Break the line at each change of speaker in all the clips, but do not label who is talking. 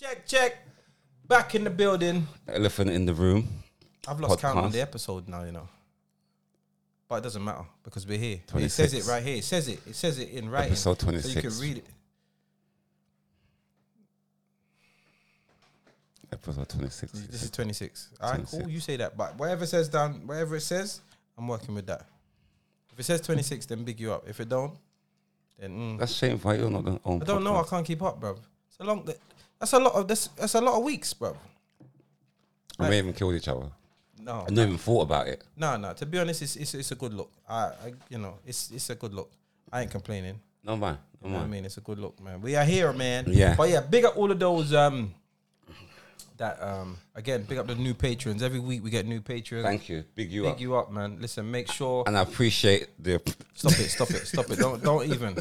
Check, check. Back in the building.
Elephant in the room.
I've lost count on
Podcast.
the episode now, you know. But it doesn't matter because we're here. It says it
26.
right here. It says it. It says it in writing.
Episode
So you
26.
can read it.
Episode 26.
This is 26. All right, cool.
26.
You say that. But whatever says down, whatever it says, I'm working with that. If it says 26, then big you up. If it don't, then mm,
That's shameful. You're not the own
I don't know. I can't keep up, bro. It's a long. that- That's a lot of. That's, that's a lot of weeks, bro.
I may even killed each other.
No,
I never even thought about it.
no, no. To be honest, it's it's, it's a good look. I, I, you know, it's it's a good look. I ain't complaining.
No mind. No
You know what I
mind.
mean, it's a good look, man. We are here, man.
Yeah.
But yeah, big up all of those. Um, that um, again, big up the new patrons. Every week we get new patrons.
Thank you. Big you
big
up.
you up, man. Listen, make sure.
And I appreciate the.
Stop it! Stop it! Stop it! Don't don't even.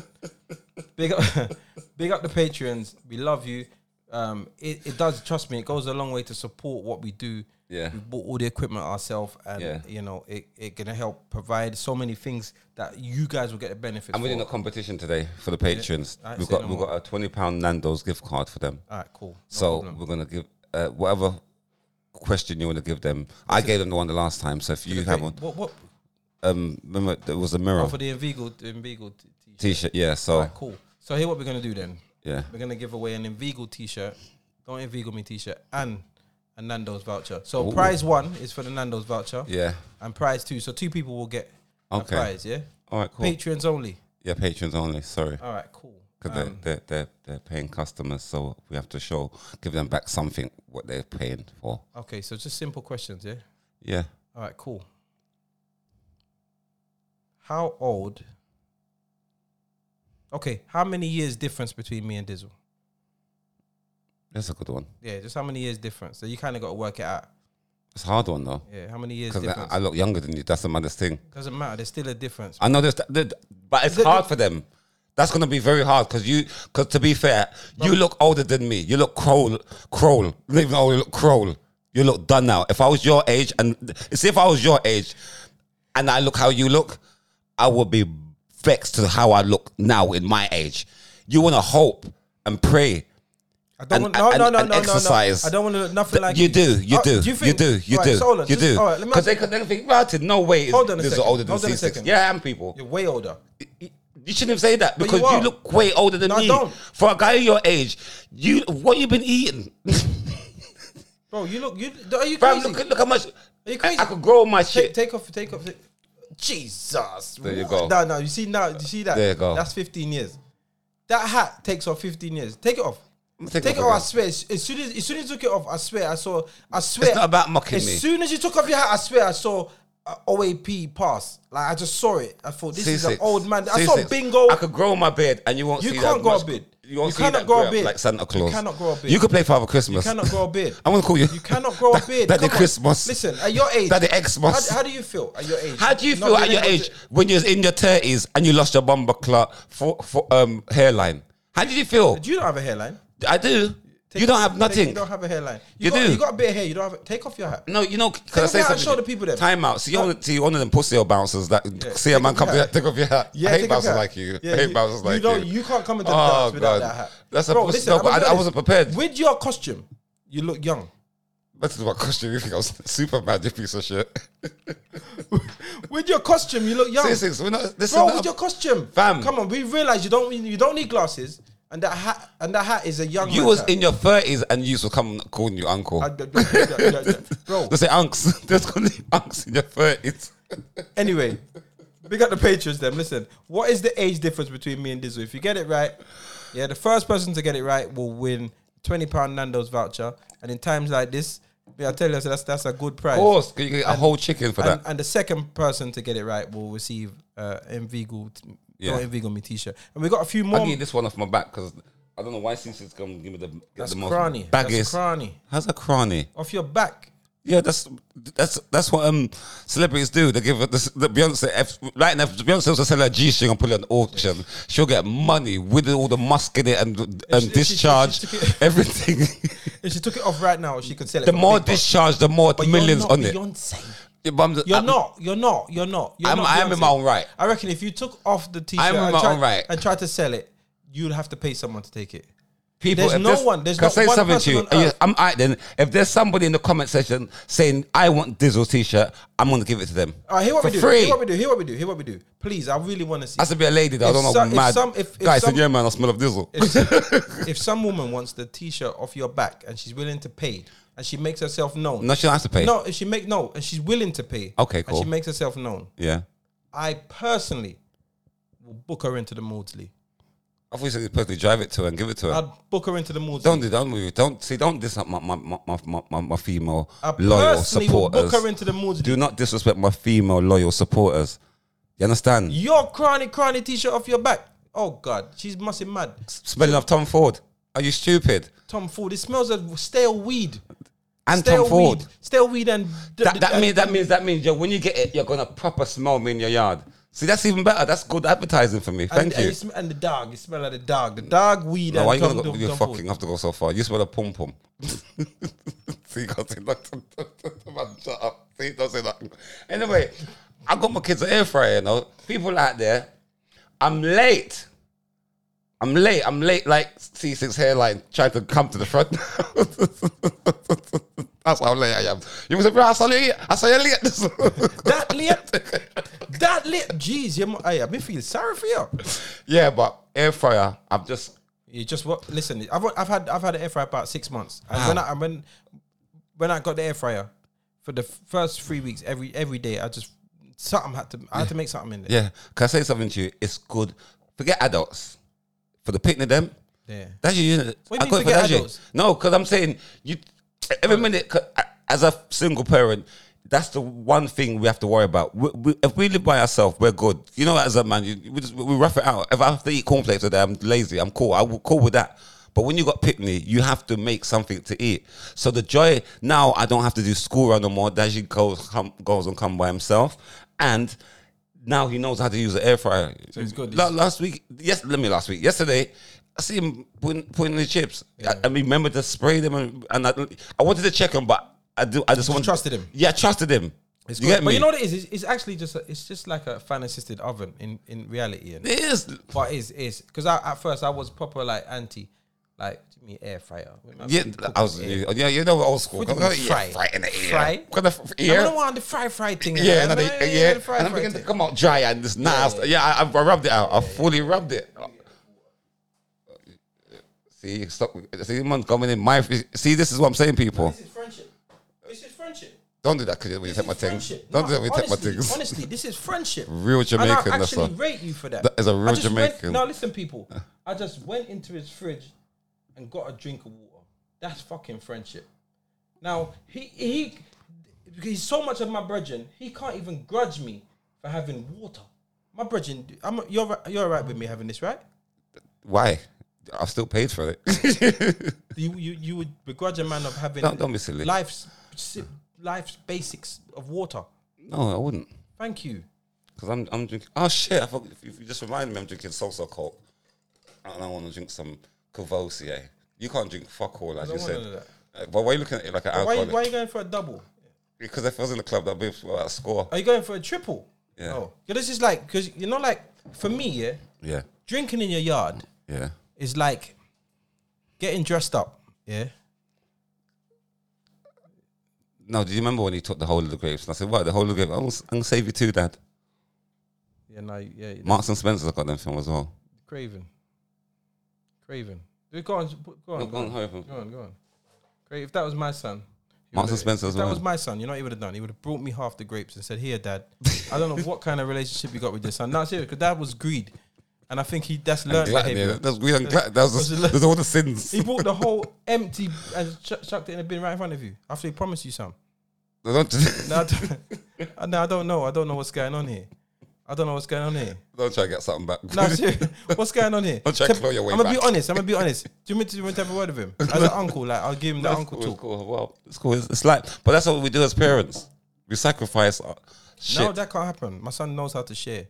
Big up, big up the patrons. We love you. Um, it, it does. Trust me, it goes a long way to support what we do.
Yeah.
we bought all the equipment ourselves, and
Yeah.
you know it it gonna help provide so many things that you guys will get the benefit.
I'm winning
for.
a competition today for the patrons.
Alright,
We've
say
got
no
we've
more.
got a twenty pound Nando's gift card for them.
All right, cool. No
so
problem.
we're gonna give uh, whatever question you want to give them. I gave them the one the last time. So if you have one,
what what
um, remember there was a mirror
oh, for the Invigo the Invigo t- t-shirt.
t-shirt. Yeah. So
Alright, cool. So here, what we're gonna do then?
yeah.
We're gonna give away an Invigo T-shirt, don't Invigo me T-shirt, and a Nando's voucher. So prize one is for the Nando's voucher,
Yeah.
and prize two. So two people will get a
Okay.
prize. Yeah,
All right. Cool.
Patreons only.
Yeah. Patrons only. Sorry.
All right, cool. Uh,
Because they're, they're, they're paying customers, so we have to show, give them back something what they're paying for.
Okay, so just simple questions. Yeah.
Yeah.
All right, cool. How old? Okay, how many years difference between me and Dizzle?
That's a good one.
Yeah, just how many years difference? So you kind of got to work it out.
It's a hard one, though.
Yeah, how many years
Because I,
difference?
I look younger than you. That's the maddest thing.
Doesn't matter. There's still a difference.
I know there's, th- th- but it's
The- the-
hard for them. That's going to be very hard because you, because to be fair, you look older than me. You look crowl, crowl, not even old, you look crowl. You look done now. If I was your age and see if I was your age and I look how you look, I would be vexed to how I look now in my age. You want to hope and pray.
I don't
and-
want no,
and-
no, no,
and
no, no,
exercise.
no. I don't want to look nothing like
you do, you
Oh,
do, you,
think-
do, you
All right,
do,
so hold on,
you
just-
do.
All right, let me
Because
ask
they could never think, "Right, no way,
Hold on a
this is
second,
older than
hold on a
C6.
second.
Yeah, I am people.
you're way older.
You shouldn't say that because you,
are.
look way older than
No, I
me.
don't.
For a guy your age, you what you been eating?
Bro, you look you are you
Fam,
crazy?
look, look how much.
Are you crazy?
I, I could grow my
take,
shit.
take off take off take- Jesus.
There you go.
No, no, you see now you see that
There you go.
That's 15 years. That hat takes off 15 years. Take it off.
I'm
Take,
taking
it off,
off
I
again.
swear. As as soon as as soon as you took it off, I swear, I saw I swear
It's not about mocking
as
me.
soon as you took off your hat, I swear I saw uh, a OAP pass. Like I just saw it. I thought this is an
C6.
old man. I
C6.
saw bingo.
I could grow my beard, and you won't.
You
see
can't
that
grow a
much-
beard.
You, won't
You
see
cannot
that
grow a
growth
beard.
Like Santa Claus.
cannot grow a beard.
You could play Father Christmas.
You cannot grow a beard.
I'm gonna call you.
You cannot grow a beard.
Daddy
Come on.
Christmas.
Listen, at your age,
Daddy Xmas.
How, how do you feel at your age?
How do you
Not
feel at
being
your
able
age
to-
when you're in your thirties and you lost your bumper clot for, for um hairline? How did you feel?
Do you not have a hairline?
I do. you don't have
You
nothing.
don't have a hairline.
You
got,
do.
You got a bit of hair. You don't have. A, take off your hat.
No, you know, can I
off
say
your hat
something?
and show the people them.
Time out. See, you're one, see, you're one of them pussy old bouncers that see a man
off your
come to
hat.
take off your hat. I hate
take off
bouncers
your hat.
like you.
Yeah,
I hate bouncers like
don't-
you.
You can't come into the
Oh,
dance without
God.
that hat.
That's a pussy- no,
I'm
but
gonna
I-
be
I wasn't
honest.
prepared.
With your costume, you look young.
That's what question you think I was Superman, you piece of shit.
With your costume, you look young.
Six, six, we're not, this
Bro,
is
with
not,
your costume,
Fam.
Come on, we realize you don't you don't need glasses, and that hat and that hat is a young.
you
man's
was
hat.
in your thirties and you was come calling you uncle.
I- I- I- I- I- I- Bro,
They say unks. There's calling you unks in your thirties.
Anyway, big up the Patriots then. Listen, what is the age difference between me and Dizzle? If you get it right, yeah, the first person to get it right will win £20 Nando's voucher. And in times like this, yeah, I tell you, so that's, that's a good prize.
Of course, you get a whole chicken for
And,
that.
and the second person to get it right will receive uh, Envigo, t-
Yeah.
yeah. Envigo me t shirt. And we got a few
I
more.
need this one off my back because I don't know why since it's gonna give me the, get
That's
the most
cranny. That's
baggage.
cranny.
How's a cranny?
Off your back.
Yeah, that's that's that's what um celebrities do. They give the, the Beyonce if, right now. If Beyonce was to sell her G string and put it on auction, she'll get money with all the musk in it and
If
and
she- if she- if she
discharge
took it-
everything.
If she took it off right now, she could sell it.
the
for a
more
big buck.
discharge, the more
But you're
millions
not
on it.
Beyonce.
Yeah, but I'm- uh,
You're
I'm-
not. You're not. You're not. You're
I'm-
not
I am in
Beyonce.
my own right.
I reckon if you took off the t-shirt
I am in
and,
my
tried,
own right.
and tried to sell it, you'd have to pay someone to take it.
People,
There's
if
no one- there's
can I
not
say
one
something to
person
you?
on
Are you-
earth.
I'm out then. If there's somebody in the comment section saying I want Dizzle t-shirt, I'm gonna give it to them.
All right, hear what
for
we do.
free.
Hear what we do. Hear what we do. Hear what we do. Please, I really want to see.
Has to be a lady though. I
If
don't know.
some- if
mad
some- if- if
guys said,
some-
yeah, man, I smell of Dizzle.
if, if some woman wants the t-shirt off your back and she's willing to pay and she makes herself known.
no, she don't have to pay.
No, if she make no, and she's willing to pay.
Okay,
And
cool.
she makes herself known.
Yeah.
I personally will book her into the Maudsley.
I thought you said you'd personally drive it to her and give it to her.
I'd book her into the Maudsley.
Don't do don't move. Don't see. Don't diss up my my my my, my- my, my female
I
loyal
personally will book
supporters.
her into the Maudsley.
Do not disrespect my female loyal supporters. You understand?
Your cranny cranny t-shirt off your back. Oh God, she's mustn't mad.
Smelling of Tom Ford. Are you stupid?
Tom Ford, it smells of stale weed.
And
stale
Tom Ford.
Weed. Stale weed and
That, that means that means that means yo, when you get it, you're gonna proper smell me in your yard. See, that's even better. That's good advertising for me.
and,
Thank
and,
you.
it sm- and the dog. It smell like the dog. The dog weed
No,
and
why you
Tom,
gonna go,
Tom-
you
Tom
fucking
Ford.
have to go so far? You smell a pom pom. See, you can't say nothing. Man, Shut up. See, don't say nothing. Anyway, I got my kids an air fryer. You know, people out there. I'm late. I'm late. I'm late. Like C6 hairline trying to come to the front. That's how late I am. You must say, bro, I saw you. I saw you late.
That lit. that lit. Jeez, you're, hey, I've been feeling sorry for you.
yeah, but air fryer. I'm just
You just what? Listen, I've I've had I've had an air fryer about six months, and when I and when when I got the air fryer for the first three weeks, every every day I just something had to I had to make something in there.
Yeah. Can I say something to you? It's good. Forget adults. For the picnic them.
Yeah.
That's your unit.
What do you mean
got it
forget
that shit.
adults?
No, because I'm saying you every minute 'cause I- as a single parent, that's the one thing we have to worry about. We, we, if we live by ourselves, we're good. You know, as a man, you, we, just, we rough it out. If I have to eat cornflakes today, I'm lazy. I'm cool. I'm cool with that. But when you got picnic, you have to make something to eat. So the joy now, I don't have to do school run no more. Daji goes come, goes and come by himself, and now he knows how to use an air fryer. So
he's good.
La- last week, yes, let me last week. Yesterday, I see him putting, putting in the chips. I, I remember to spray them, and, and I, I wanted to check him, but I do. I just wanted
trusted him.
Yeah, I trusted him.
It's
you
good.
get me?
But you know what it is? It's, it's actually just a, it's just like a fan assisted oven in in reality. And
it is.
but it is it is because I at first I was proper like anti, like give me air fryer. When my
Yeah,
food
I
cooked
was.
in air.
Yeah, you know, old school.
What do you
Gonna
mean,
eat
fry?
fry in the ear.
Fry?
Gonna f- ear.
I don't want the fry fry thing.
Yeah, and,
I
I,
don't-
yeah,
the fry
and I'm
fry
beginning to
thing.
come out dry and this nasty. Yeah, I, I rubbed it out. I fully rubbed it. See, stop. See, man, coming in my. See, this is what I'm saying, people.
This is friendship. This is friendship.
Don't do that because when you
This
take my
is
things.
friendship.
Don't
No,
do that when you take my
honestly,
things.
Honestly, this is friendship.
Real Jamaican,
And I
that's
actually
all.
rate you for that.
That is a
I
real
just
Jamaican.
Went, now listen, people. I just went into his fridge and got a drink of water. That's fucking friendship. Now he he he's so much of my brethren. He can't even grudge me for having water. My brethren, I'm you're ri- you're right with me having this, right?
Why? I've still paid for it.
You you you would begrudge a man of having
Don't- don't be silly.
life's life's basics of water.
no, I wouldn't.
Thank you.
Because I'm, I'm drinking. Oh, shit. I forgot, if you if you just reminded me, I'm drinking salsa coke. And I want to drink some Cavossier. You can't drink fuck all, as you
don't want
said.
none of
Uh, But why are you looking at it like an
Why,
alcoholic?
why are you going for a double?
Because if I was in the club, that'd be well, a score.
Are you going for a triple?
Yeah.
Oh, yeah, this is like because you know, like for me, yeah,
Yeah,
drinking in your yard
yeah.
is like getting dressed up. Yeah.
No, do you remember when he took the whole of the grapes? And I said, "What? The whole of the grapes? I'm gonna, I'm gonna save you two, Dad."
Yeah. No. Yeah. yeah.
Marks and Spencer's got them film as well.
Craven. Craven. Dude, Go on. Go on. Go on.
hurry up.
Go on. Go on. Great. If that was my son. he
Marks and
would've-
Spencer
If
as
that
well.
was my son, you know what he would have done? He would have brought me half the grapes and said, "Here, Dad. I don't know what kind of relationship you got with your son. No, serious, because that was greed, and I think he that's learned
Gluttony.
behavior.
That's weird. and glut- That's
That's
just-
just-
there's all the sins.
He brought the whole empty and ch- chucked it in a bin right in front of you after he promised you some.
They don't,
Now I, don't, now I don't know. I don't know what's going on here. I don't know what's going on here.
don't try to get something back.
No, seriously, what's going on here?
Don't try to claw your way
I'm gonna be
back.
honest. I'm gonna be honest. Do you want me to, do you want me to have a word with him as an uncle? Like I'll give him the
That's
uncle
cool, it's
talk.
cool. Well, it's cool. It's, it's like, but that's what we do as parents. We sacrifice our shit.
No, that can't happen. My son knows how to share.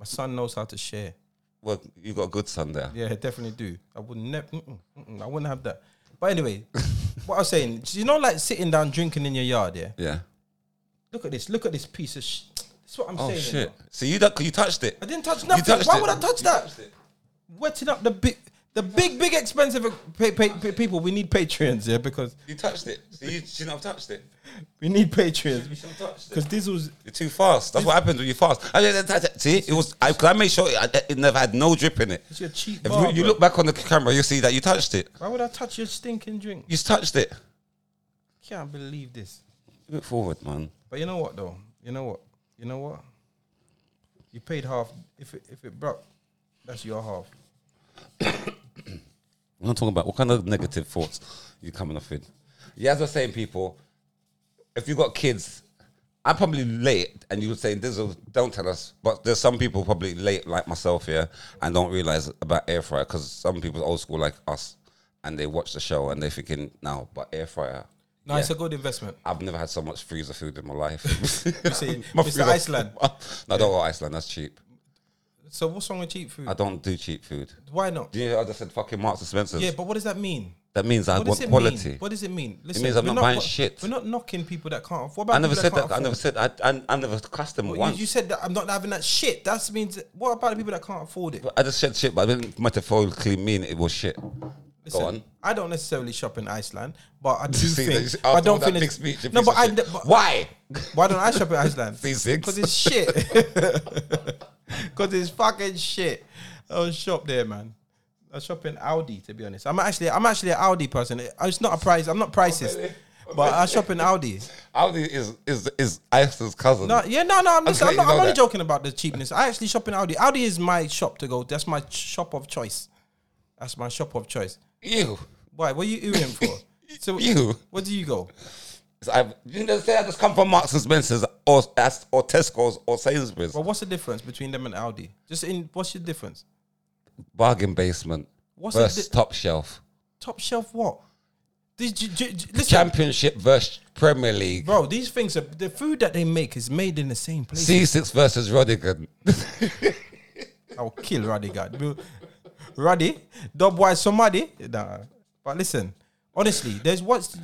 My son knows how to share.
well, you got a good son there.
Yeah, I definitely do. I would never. Mm-mm, mm-mm, I wouldn't have that. But anyway, what I was saying, you know, like sitting down drinking in your yard. Yeah.
Yeah.
Look at this. Look at this piece of. Sh- That's what I'm
Oh
saying.
shit! So you that you touched it.
I didn't touch
You
nothing.
touched
Why
it.
would I touch
You
that?
touched it.
Wetting up the bit, The big, big, expensive uh, pa- pa- pa- people. We need Patreons, yeah, because
You touched it. So you shouldn't have touched it.
we need
You
Patreons.
shouldn't have touched it.
Because Diesel's
You're too fast. That's what happens when you fast. I didn't touch it. See, it was. I, 'cause I made sure it, it never had no drip in it.
it's your cheap
If
bar,
you, you
bro.
look back on the camera, you'll see that you touched it.
Why would I touch your stinking drink?
You touched it.
Can't believe this.
Move forward, man.
But you know what though? You know what? You know what? You paid half. If it, if it broke, that's your half.
I'm talking about what kind of negative thoughts you coming off with. Yeah, as I was saying, people, if you got kids, I'm probably late, and you were saying, Dizzle, don't tell us. But there's some people probably late, like myself, yeah, and don't realize about air fryer because some people old school like us, and they watch the show and they're thinking, no, but air fryer.
No, it's a good investment.
I've never had so much freezer food in my life.
see, Mr.
My freezer-
Iceland.
No, I don't want Iceland. That's cheap.
So what's wrong with cheap food?
I don't do cheap food.
Why not?
Do you know I just said fucking Marks and Spencer's?
Yeah, but what does that mean?
that means I
What does
want
it
quality.
mean? What does it mean? Listen,
means I'm
we're
not buying
what-
shit.
We're not knocking people that can't afford. What about
I never
people
said that. I
can't
never
afford?
said I. I, I never cussed them
You-
once.
You, said that I'm not having that shit. That means what about the people that can't afford it?
I just said shit, but I didn't metaphorically mean it was shit.
Listen,
Go on.
I don't necessarily shop in Iceland, but I do
You see
think.
that-
I
after all
don't
that
think
big
it's-
speech, you
no,
piece
but
of
I.
shit.
but-
why?
Why don't I shop in Iceland?
C6.
Because it's shit. Because it's fucking shit. I don't shop there, man. I shop in Audi, to be honest. I'm actually, I'm actually an Audi person. It- It's not a price. I'm not
Oh,
pricist, but I shop in Audi.
Audi is is is Iceland's cousin.
No, Uh, yeah, no, no. I'm, just,
Okay,
I'm, not,
you know
I'm only
that.
joking about the cheapness. I actually shop in Audi. Audi is my shop to go. That's my shop of choice. That's my shop of choice.
You.
Why? What are you oohing for? So,
You.
What do you go?
So I, you didn't say I just come from Marks and Spencers or as- or Tesco's or Sainsbury's.
Well, what's the difference between them and Audi? Just in what's your difference?
Bargain basement.
What's the
versus
di-
top shelf.
Top shelf what? These, j- j- j- listen,
Championship versus Premier League.
bro. These things are the food that they make is made in the same place.
C6 versus Rodigan.
I'll kill Ruddy God. Bro, Ruddy, dub wise somebody. Nah. But listen, honestly, there's what's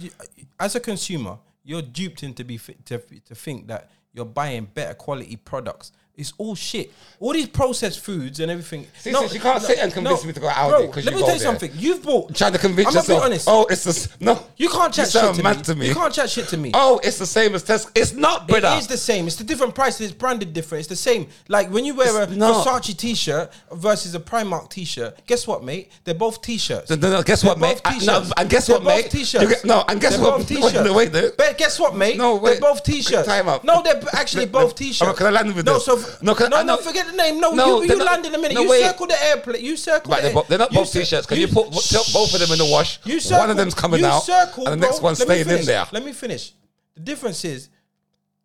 as a consumer, you're duped into be fi- to, to think that you're buying better quality products. It's all shit. All these processed foods and everything.
See, since you can't sit and convince me to go out there
Bro,
'cause
let
you
me
go
tell you
there.
something. You've bought.
Trying to convince
I'm not being
yourself.
honest.
Oh, it's this. No.
You can't chat
sound
shit to
mad
me.
to me.
You can't chat shit to me.
Oh, it's the same as Tesco. It's not,
It
brother.
is the same. It's the different price. It's branded different. It's the same. Like when you wear
It's
a
not.
Versace T-shirt versus a Primark T-shirt. Guess what, mate? They're both T-shirts.
No, no, no, guess what,
They're
mate?
both
I- no,
T-shirts.
and guess
They're
what, mate?
both T-shirts.
You get- no, and guess
They're
what-
Both
wait, no,
T-shirts.
wait, no.
But guess what, mate?
No, wait.
They're both T-shirts.
Time out.
No, they're b- actually
Let-
both
let-
T-shirts.
can I land with
no,
this?
so no,
No, can I-
no,
I know-
forget the name. No,
No,
you,
they're
you
not-
land in a minute.
no,
you
wait.
circle the airplane. You circle.
Right,
the
they're, both, they're not
you
both
cir-
t-shirts. Can you, put what- tell both of them in the wash?
you circle,
one of them's coming
you
out,
circle,
and the next
bro.
one's
Let me
staying in
finish.
there.
Let me finish. The difference is,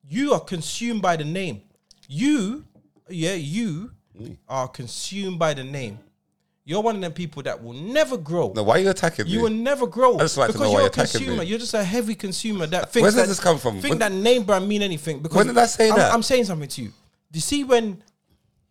you are consumed by the name. You, yeah, you are consumed by the name. You're one of them people that will never grow.
No, why are you attacking
You
me?
will never grow
just like to
because
know why
you're a
you're attacking
consumer.
me.
You're just a heavy consumer that thinks
does
that,
this come from?
Think
When-
that name brand mean anything? Because
When did I say
am
that?
I'm saying something to you. You see, when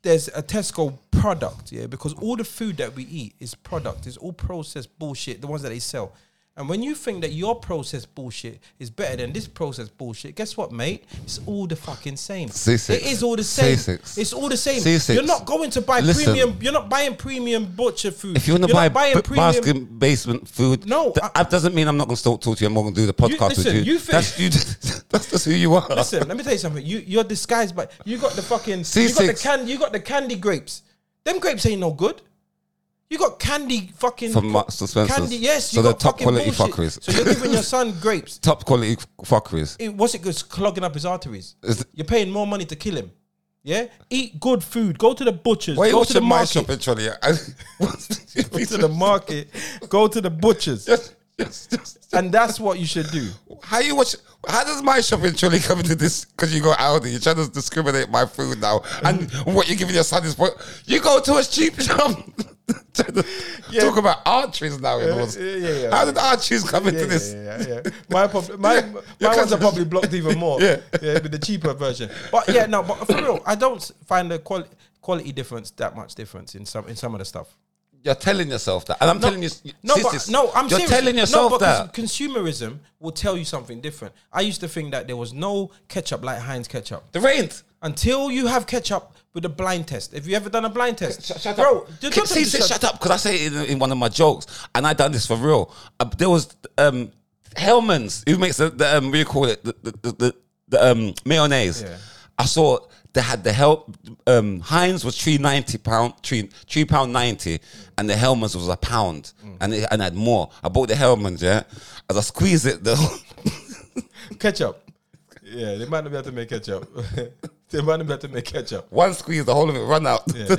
there's a Tesco product, yeah, because all the food that we eat is product, is all processed bullshit, the ones that they sell. And when you think that your processed bullshit is better than this processed bullshit, guess what, mate? It's all the fucking same.
C6.
It is all the same.
C6.
It's all the same.
C6.
You're not going to buy
Listen.
premium. You're not buying premium butcher food.
If you want to
You're
buy
not buying
b-
premium-
basket basement food,
No,
that,
I-
that doesn't mean I'm not going to still talk to you. I'm not going to do the podcast
listen,
with you.
you
that's you. That's just who you are.
Listen, let me tell you something. You you're disguised, but you got the fucking you got the
C6.
can you got the candy grapes. Them grapes ain't no good. You got candy fucking
From Marks and Spencers.
Candy, yes.
So
you
they're
got
top
fucking
quality
bullshit.
fuckeries.
So you're giving your son grapes.
Top quality fuckeries.
It, what's it? It's clogging up his arteries.
Is-
You're paying more money to kill him. Yeah, eat good food. Go to the butchers.
Why
go
you
to the
watching my
market.
shop in Trolley?
Go to the market. Go to the butchers,
Just, just, just.
and that's what you should do.
How you watch? How does my shopping trolley come into this? Because you go Aldi, you're trying to discriminate my food now, and what you're giving your son is what you go to a cheap shop. Trying to Talk about arteries now. it was.
yeah, yeah, yeah.
How did arteries come into this?
Yeah, yeah, yeah. My prob- my,
Yeah,
my
you
ones
can't-
are probably blocked even more.
Yeah.
with the cheaper version. But yeah, no, but for real, I don't s- find the quali- quality difference that much difference in some in some of the stuff.
You're telling yourself that, and I'm telling you,
No,
sisters,
but no, I'm
you're
serious.
telling yourself
no,
that.
but cons- consumerism will tell you something different. I used to think that there was no ketchup like Heinz ketchup
The rent.
until you have ketchup with a blind test. Have you ever done a blind test?
Sh- shut
Bro,
up.
just
Can-
don't
see,
tell
say
me
shut up because I say it in, in one of my jokes, and I done this for real. Uh, there was um, Hellman's who makes the, the um, what do you call it the the, the, the, the um, mayonnaise.
Yeah.
I saw they had the help. Um, Heinz was three ninety pound, three three pound ninety, and the Hellman's was a pound,
Mm.
and it, and had more. I bought the Hellman's, yeah. As I squeeze it, the
Ketchup. Yeah, they might not be able to make ketchup. they might not be able to make ketchup.
one squeeze, the whole of it run out.
Yeah, yeah.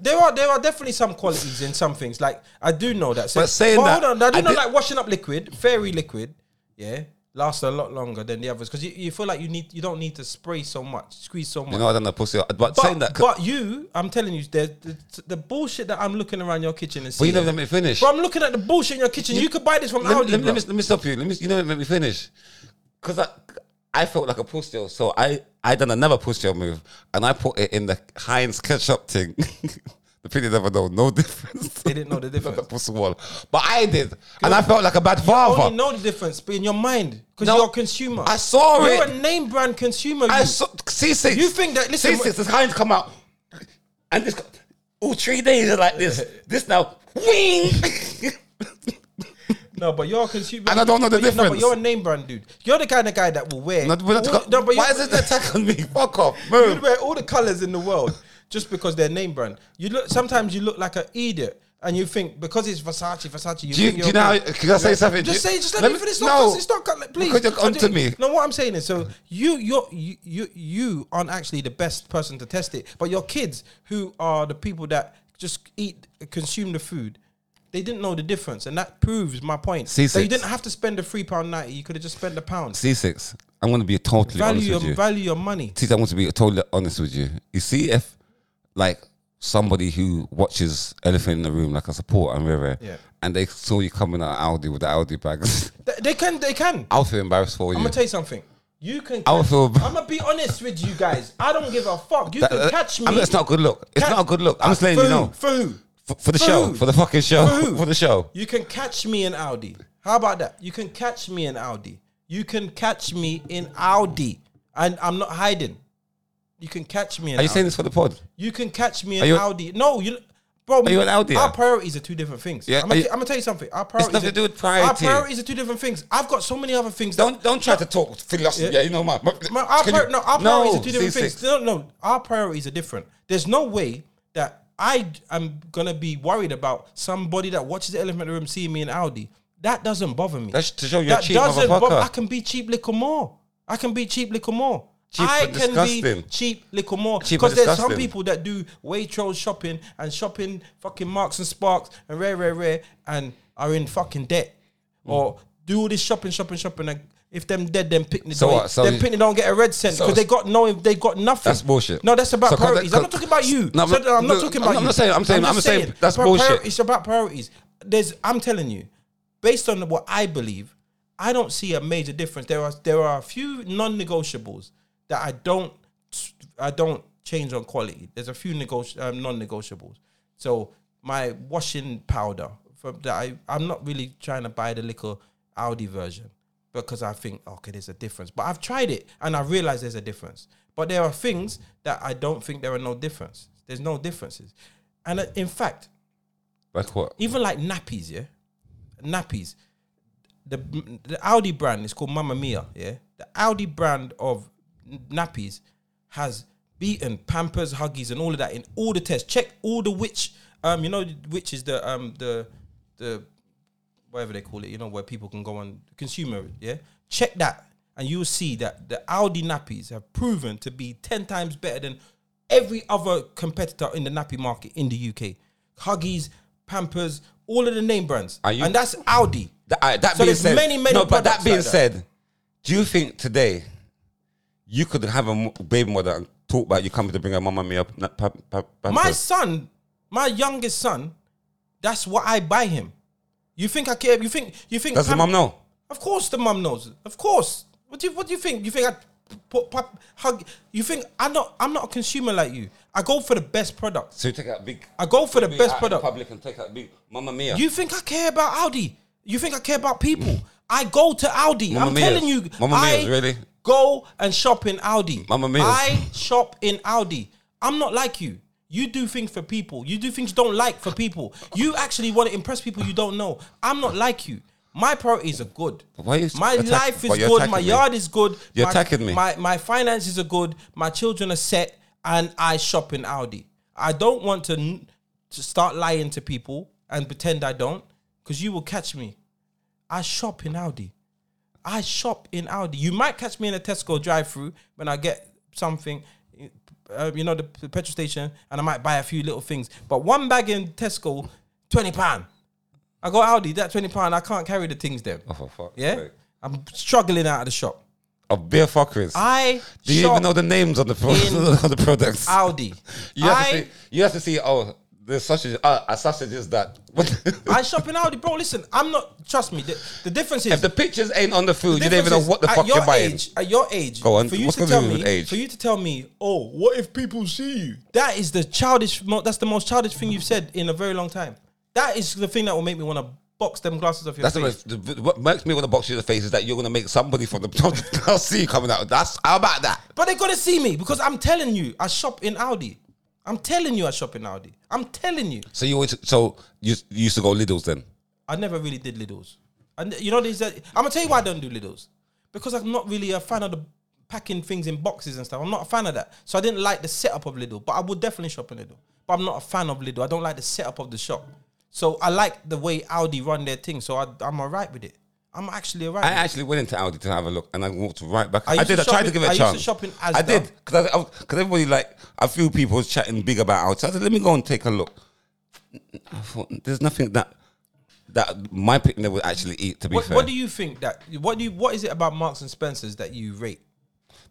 there are there are definitely some qualities in some things. Like I do know that. So,
But saying that,
hold on, I do
I
know
did-
like washing up liquid, fairy liquid, yeah, lasts a lot longer than the others because you, you feel like you need you don't need to spray so much, squeeze so much.
You know, I don't know pussy, but,
but,
saying that, 'cause-
but you, I'm telling you, the, the the bullshit that I'm looking around your kitchen and
but you
seeing.
never let me finish.
bro, I'm looking at the bullshit in your kitchen. You, could buy this from
let, me-
Aldi.
let me,
bro.
let, me, let me stop you. Let me, you know, let me finish. Because I, I felt like a pussy, so I, I done another pussy move, and I put it in the Heinz ketchup thing. the people never know, no difference.
They didn't know the difference.
the pussy wall, but I did, and I felt like a bad father.
only know the difference, but in your mind, because
No,
you're a consumer.
I saw
You're
it.
a name brand consumer.
I
you.
saw C6.
You think that- listen,
C6 this Heinz come out, and this all three days are like this. this now, wing.
No, but you're a consumer.
And I don't know the
but you- No, but
difference.
you're a name brand dude. You're the kind of guy that will wear.
Not- we're not-
all, no, but
why
you-
is this attack on me? Fuck off,
you
move.
wear all the colors in the world just because they're name brand. You look. Sometimes you look like an idiot, and you think because it's Versace, Versace. You
Do you,
think you're
do you know? How,
okay.
can I say something?
Just
Do you-
say, just let, me, finish. It's not, no, it's not cut, like, please.
Because you're
I do-
onto me.
No, what I'm saying is, so you, you're, you, you, you aren't actually the best person to test it, but your kids, who are the people that just eat, consume the food, they didn't know the difference, and that proves my point.
C6.
So you didn't have to spend the three pound ninety; you could have just spent the pound.
C6, I'm going to be totally
Value
honest
your
with you.
value your money.
See, I want to be totally honest with you. You see, if like somebody who watches Elephant in the Room, like a support and whatever,
Yeah.
and they saw you coming out of Aldi with the Aldi bags,
Th- They can, they can.
I'll feel embarrassed for
I'm
you.
gonna tell you something. You can.
I would feel bad.
I'm gonna be honest with you guys. I don't give a fuck. You
That-
can
that-
catch me.
I mean, Uh, it's not a good look. It's
Catch-
not a good look. I'm just letting
for
you know.
who? For who?
For, for the
For
show,
who?
for the fucking show,
For who?
for the show.
You can catch me in Audi. How about that? You can catch me in Audi. You can catch me in Audi. And I'm not hiding. You can catch me in
Are you
Audi.
saying this for the pod?
you can catch me in
Are you-
Audi. No, you bro, are
you an Audi?
Our priorities are two different things.
Yeah,
I'm,
are
gonna,
you-
I'm gonna tell you something. Our priorities
nothing
are,
to do with priority.
Our priorities are two different things. I've got so many other things that
Don't don't try to talk philosophy. Yeah, you know my. my-
Man, our
can
prior-
you-
no, our priorities are two different
C6.
things. No, no, our priorities are different. There's no way that I d- am gonna be worried about somebody that watches the Elephant in the Room seeing me in Audi. That doesn't bother me.
That's to show you're a cheap
bother-
motherfucker.
I can be cheap little more. I can be cheap little more.
Cheap
I
but
can be
disgusting.
cheap little more
Cheap
because
but
there's some
disgusting.
people that do Waitrose shopping and shopping fucking Marks and Sparks and rare, rare, rare and are in fucking debt
Hmm.
or do all this shopping, shopping, shopping. And if them dead, then pick the
So
don't-
what? So
them
you-
Pitney don't get a red cent
So-
because they got no, they got nothing.
That's bullshit.
No, that's about
So 'cause they-
priorities. I'm not
cause-
talking about you.
No,
So
but-
I'm not
no,
talking
I'm
about
not
you.
saying- I'm saying-
just
I'm saying that's
about
bullshit.
priori- It's about priorities. There's, I'm telling you, based on what I believe, I don't see a major difference. There are there are a few non-negotiables that I don't I don't change on quality. There's a few negoti- um, non-negotiables. So my washing powder from that I I'm not really trying to buy the little Audi version because I think okay there's a difference. But I've tried it and I realize there's a difference. But there are things that I don't think there are no difference. There's no differences. And uh, in fact,
Like what?
even like nappies, yeah, nappies. The the Audi brand is called Mamma Mia, yeah. The Audi brand of nappies has beaten Pampers, Huggies, and all of that in all the tests. Check all the which, um, you know, which is the um the the whatever they call it, you know, where people can go on consumer, yeah. Check that, and you'll see that the Audi nappies have proven to be ten times better than every other competitor in the nappy market in the UK. Huggies, Pampers, all of the name brands,
Are you-
and that's Audi.
That, alright, that
So
being
there's
said,
many, many
no, but
products
that being
like that.
said, do you think today you could have a mo- baby mother and talk about you coming to bring her mama me up? not pa- pa- pa-
My
pa-
son, my youngest son, that's what I buy him. You think I care? You think you think?
Does the
Pam-
mum know?
Of course, the mum knows. Of course. What do you What do you think? You think I put pop, hug? You think I'm not? I'm not a consumer like you. I go for the best product.
So you take out big.
I go for the
big
best
out in
product.
Public and take out big mama mia.
You think I care about Audi? You think I care about people? I go to Audi.
Mamma
I'm
Mia.
telling you,
Mamma
I
Mia, really?
go and shop in Audi.
Mamma Mia.
I shop in Audi. I'm not like you. You do things for people. You do things you don't like for people. You actually want to impress people you don't know. I'm not like you. My priorities are good.
why are you
my
attack-
life
but
is
you're
good.
attacking
My
me.
yard is good.
You're
my,
attacking me.
My my finances are good. My children are set, and I shop in Audi. I don't want to, n- to start lying to people and pretend I don't, because you will catch me. I shop in Audi. I shop in Audi. You might catch me in a Tesco drive-through when I get something, uh, you know, the, the petrol station, and I might buy a few little things. But one bag in Tesco, twenty pound. I got Audi. That twenty pound, I can't carry the things there.
Oh, for fuck's
yeah,
sake.
I'm struggling out of the shop.
Of beer fuckeries.
I
Do you
shop
even know the names on the pro- on the products?
Audi.
you, have
I
to see, you have to see. Oh, the sausage. Uh, a sausage is that. What?
I shop in Audi, bro. Listen, I'm not. Trust me. The, the difference is
if the pictures ain't on the food, you don't even know
difference is,
what the
at
fuck
your
you're buying.
Age, at your age,
Go on,
for you
what's
to
gonna
tell
do
me,
with age?
for you to tell me, oh, what if people see you? That is the childish. mo- That's the most childish thing you've said in a very long time. That is the thing that will make me want to box them glasses off your
That's the,
face.
most- the, what makes me want to box you in the face is that you're gonna make somebody from the I'll see you coming out. That's how about that.
But they're gonna see me because I'm telling you, I shop in Audi. I'm telling you, I shop in Audi. I'm telling you,
So you always so you, you used to go Lidl's then.
I never really did Lidl's. And you know, these. I'm gonna tell you why I don't do Lidl's because I'm not really a fan of the packing things in boxes and stuff. I'm not a fan of that, so I didn't like the setup of Lidl. But I would definitely shop in Lidl. But I'm not a fan of Lidl. I don't like the setup of the shop. So I like the way Audi run their thing. So I, I'm alright with it. I'm actually alright.
I
with it.
actually went into Audi to have a look, and I walked right back.
I
I,
used
did.
to
I tried
shop
to
in-
give it
I
a
used to
chance.
shop in
I
Asda.
did because because everybody like a few people was chatting big about Audi. So I said, let me go and take a look. I thought there's nothing that that my picnic would actually eat. To be
What,
fair,
what do you think that? What do you? What is it about Marks and Spencers that you rate?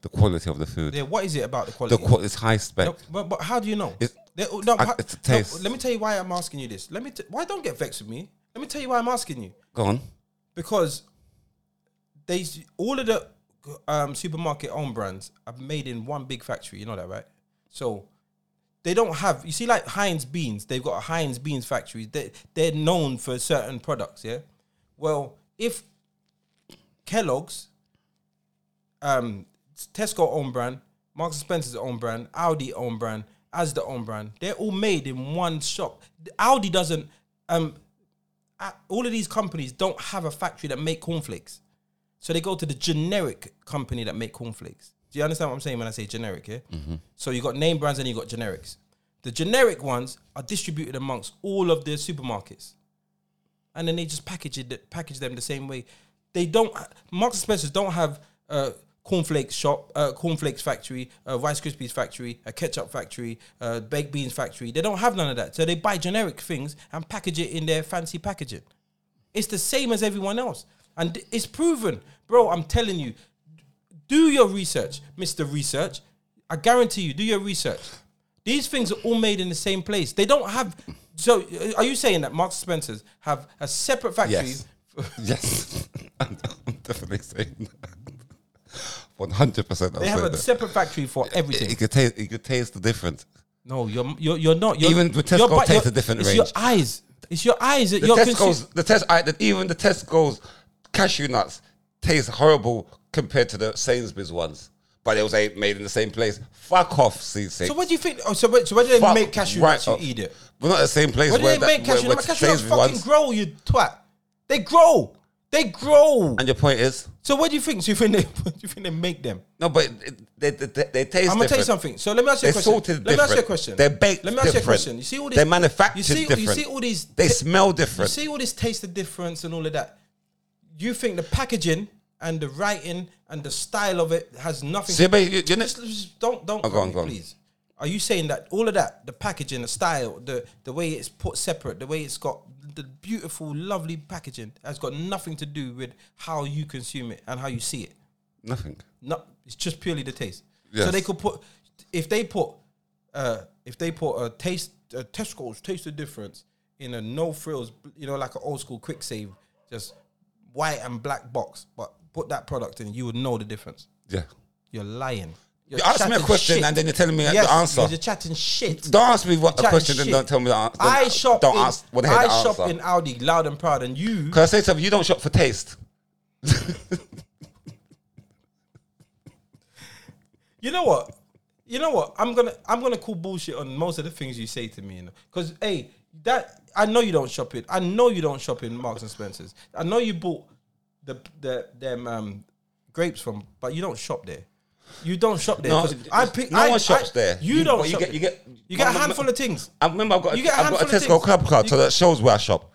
the quality of the food,
Yeah, what is it about the
the
quality?
qual- it's high spec.
No, but, but how do you know?
It's-
They- oh, no,
I-
how-
it's a
no,
taste.
let me tell you why I'm asking you this. Let me. T- why don't get vexed with me? Let me tell you why I'm asking you
Go on.
because they s- all of the um, supermarket own brands are made in one big factory. You know that, right? So they don't have. You see, like Heinz beans, they've got a Heinz beans factory. They they're known for certain products. Yeah. Well, if Kellogg's, um, Tesco own brand, Marks and Spencer's own brand, Audi own brand, Asda own brand, they're all made in one shop. Audi doesn't. Um, a- all of these companies don't have a factory that make cornflakes. So they go to the generic company that make cornflakes. Do you understand what I'm saying when I say generic? Yeah. So you got name brands and you got generics. The generic ones are distributed amongst all of the supermarkets, and then they just package it, package them the same way. They don't. Marks and Spencers don't have a cornflakes shop, a cornflakes factory, a Rice Krispies factory, a ketchup factory, a baked beans factory. They don't have none of that. So they buy generic things and package it in their fancy packaging. It's the same as everyone else. And it's proven. Bro, I'm telling you, do your research, Mr. Research. I guarantee you, do your research. These things are all made in the same place. They don't have. So, uh, are you saying that Marks and Spencers have a separate factory?
Yes. yes. I'm definitely saying that. 100%.
They have a separate factory for everything.
You could taste, you could taste the difference.
No, you're you're, you're not. You're,
Even with
you're
Tesco
bu-
tastes
you're-
a different
it's
range.
your eyes. It's your eyes that
The
you're
Tesco's,
consu-
the test, I, that even the Tesco's cashew nuts taste horrible compared to the Sainsbury's ones. But it was eh, made in the same place. Fuck off, C6.
So what do you think? Oh, so wait, so where do they
Fuck
make cashew
right oh.
nuts? You
off.
eat it.
We're not the same place.
Where do
where
they
that-
make
where-
cashew
where
nuts? Cashew nuts
Sainsbury's
fucking
ones-
grow, you twat. They grow. They grow.
And your point is?
So what do you think? So you think they do you think they make them?
No, but it, they, they, they, they taste
I'm gonna tell you
different.
something. So let me ask you a
They're
question.
sorted
let me ask you a
different.
question.
They're baked
Let me ask you a
different.
question. You see all this
They're manufactured
you see, You
different.
see all these
They
ta-
smell
you
different.
see all this taste of difference and all of that. You think the packaging and the writing and the style of it has nothing
See, but you, you know, Oh,
just, just don't don't
go on, go on.
please. Are you saying that all of that, the packaging, the style, the the way it's put separate, the way it's got the beautiful, lovely packaging, has got nothing to do with how you consume it and how you see it?
nothing.
No, it's just purely the taste. So
Yes.
they could put if they put uh if they put a taste a Tesco's taste the difference in a no frills, you know, like an old school quick save, just white and black box, but put that product in, you would know the difference.
Yeah.
You're lying. You're
You ask me a
chatting
question
shit.
and then you're telling me
Yes,
the answer.
You're chatting shit.
Don't ask me what the
Chatting
question, then
shit.
don't tell me the answer.
I shop.
Don't
in,
ask what the,
I
hell the
shop
answer.
in Audi, loud and proud, and you.
Can I say something? You don't shop for taste.
You know what? You know what? I'm gonna I'm gonna call bullshit on most of the things you say to me, you know. Because hey, that I know you don't shop in. I know you don't shop in Marks and Spencers. I know you bought the the them um, grapes from, but you don't shop there. You don't shop there.
No,
'Cause I pick.
no
I,
one shops
I-
there.
You
You-
don't.
but you
shop
get-
there.
you get-
you get
but-
a
but-
handful of things.
I remember I've got
You
a,
get a
I've got a
handful of
Tesco club card,
things.
so that shows where I shop.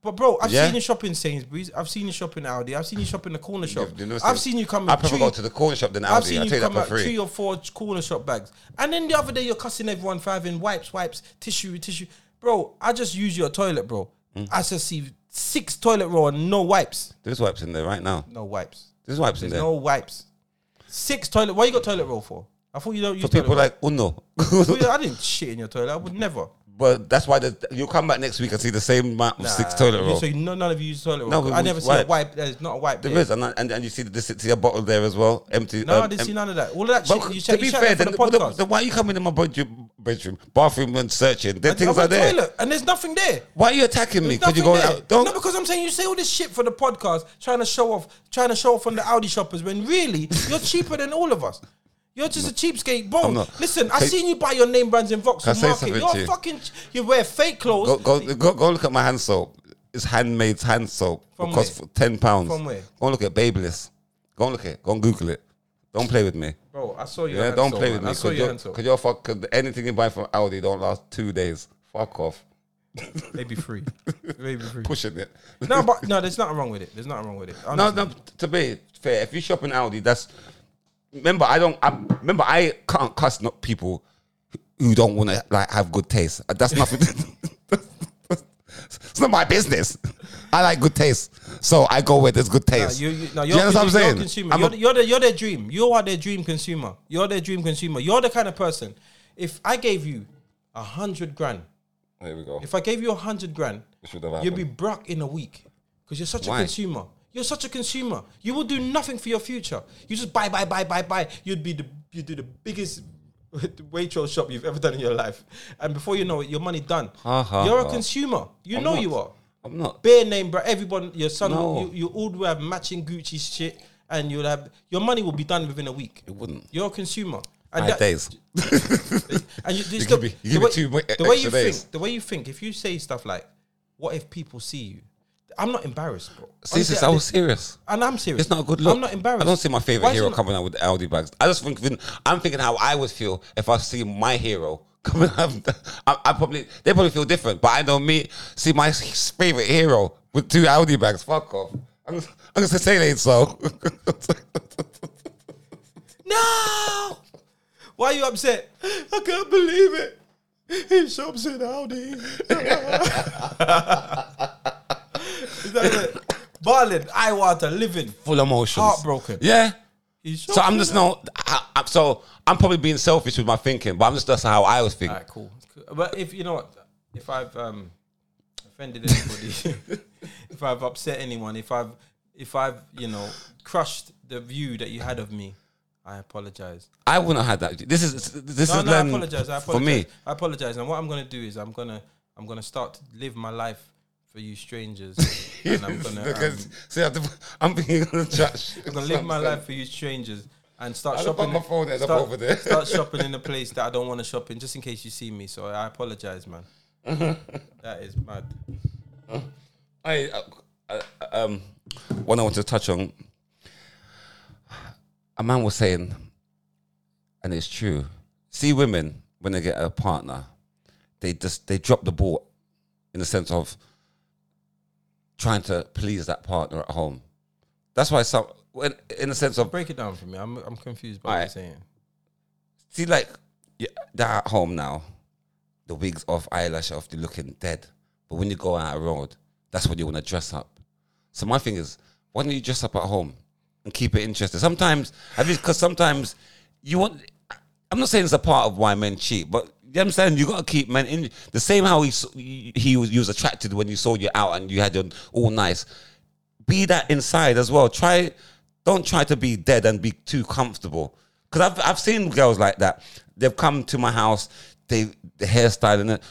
But bro, I've
Yeah?
seen you shop in Sainsbury's. I've seen you shop in Aldi. I've seen you shop in the corner shop.
You know,
I've seen you come.
I
in
prefer
three-
go to the corner shop than Aldi.
I've seen
I
you
tell you that
come
for
out
free.
three or four corner shop bags, and then the other day you're cussing everyone five in wipes, wipes, tissue, tissue. Bro, I just use your toilet, bro.
Hmm?
I just see six toilet roll and no wipes,
There's wipes in there right now.
no wipes,
There's wipes in
there's
there
no wipes. Six toilet. Why you got toilet roll for? I thought you don't use
for people
toilet
like Uno.
roll. Well, I didn't shit in your toilet. I would never.
but that's why the, you'll come back next week and see the same amount of six
Nah,
toilet
you-
roll.
So you know, none of you use toilet roll.
No,
No,
we
I never
use
see a
wipe.
wipe. There's not a wipe.
There
there.
is, and, and, and you see the, see a bottle there as well, empty.
No,
um,
I didn't see
em-
none of that. All of that
But
shit. You
to be fair,
for
then,
the
well, then-
podcast.
then why are you coming in my bedroom, bedroom bathroom, and searching? There are
I
things
went
are there.
toilet and there's nothing there.
Why are you attacking me? Could
Nothing
you go
there.
out? Don't.
No, because I'm saying you say all this shit for the podcast, trying to show off, trying to show off on the Audi shoppers when really you're cheaper than all of us. You're just a cheapskate
I'm
bone.
not.
Listen, I
Can-
seen you buy your name brands in
Can I
Vauxhall
say
Market.
something
You're
to you?
fucking. You wear fake clothes.
Go, go, go, go look at my hand soap. It's handmade hand soap.
From
it costs ten pounds.
From where?
Go and look at Babyliss. Go and look at it. Go and Google it. Don't play with me.
Bro, I saw your.
Yeah,
hand
don't
soap,
play
man.
with me.
I saw
Cause
your
you're,
hand soap.
cause you're fuck. Cause anything you buy from Aldi don't last two days. Fuck off.
Maybe free. Maybe free.
Pushing it.
No, but no, there's nothing wrong with it. There's nothing wrong with it.
No,
Honestly.
no. To be fair, if you shop in Aldi, that's remember. I don't. I remember. I can't cuss not people who don't want to like have good taste. Uh, That's nothing. it's not my business. I like good taste, so I go where there's good taste.
Uh, You, you, no,
Do
you're,
you
you're
understand what I'm
a
saying?
Consumer.
I'm
you're,
a-
the- you're, the, you're their dream. You are their dream consumer. You're their dream consumer. You're the kind of person. If I gave you a hundred grand,
there we go.
if I gave you a hundred grand,
should have
you'd be broke in a week because you're such
Why?
a consumer. You're such a consumer. You will do nothing for your future. You just buy, buy, buy, buy, buy. You'd be the you do the biggest Waitrose shop you've ever done in your life, and before you know it, your money done.
Ha, ha,
you're a
ha.
consumer. You
I'm
know
not.
you are
I'm not.
bare name, bro. Everyone, your son,
No.
you, you all will have matching Gucci shit, and you'll have your money will be done within a week.
It wouldn't.
You're a consumer, and
Five days.
And you, this
You
the,
give me-
the
you give me
way,
two mo-
the way you
extra days.
think, the way you think. If you say stuff like, "What if people see you?" I'm not embarrassed, bro.
See,
Honestly,
this
I-
I was serious.
and I'm serious.
It's not a good look.
I'm not embarrassed.
I don't see my favorite
Why is
hero
it not-
coming out with the Aldi bags. I just think I'm thinking how I would feel if I see my hero coming out. with the- I, I probably they probably feel different, but I know me see my favorite hero with two Aldi bags. Fuck off. I'm, just- I'm gonna say it so.
No! Why are you upset? I can't believe it. He shops in Audi. Is that it? Barlin, Iwata, living.
Full emotions,
Heartbroken.
Yeah.
He
So I'm
shops
just
in-
not. I, I, so I'm probably being selfish with my thinking, but I'm just that's how I was thinking.
Alright, cool. But if you know what, if I've um, offended anybody, if I've upset anyone, if I've if I've you know crushed the view that you had of me, I apologize.
I wouldn't have had that. This is this
No,
is
no, I
then
apologize. I apologize.
for me.
I apologize. And what I'm gonna do is I'm gonna I'm gonna start to live my life for you strangers. and I'm gonna, um,
Because, see, I have to- I'm being on the trash.
I'm gonna live my life for you strangers and start
I don't
shopping.
put my phone there, I don't
start,
put over there.
start shopping in a place that I don't want to shop in, just in case you see me. So I apologize, man. that is mad.
I, I, I- um, one I want to touch on. A man was saying, and it's true. See, women when they get a partner, they just they drop the ball, in the sense of trying to please that partner at home. That's why some, when, in the sense of
Break it down for me. I'm I'm confused by what
Alright.
you're saying.
See, like, yeah, they're at home now. The wig's off, eyelash off, they're looking dead. But when you go out on the road, that's when you want to dress up. So my thing is, why don't you dress up at home and keep it interesting? Sometimes, I mean, because sometimes you want. I'm not saying it's a part of why men cheat, but you understand you got to keep men in the same how he s- he was, you was attracted when you saw you out and you had your all nice. Be that inside as well. Try, don't try to be dead and be too comfortable. Because I've I've seen girls like that. They've come to my house, they the hairstyle and it.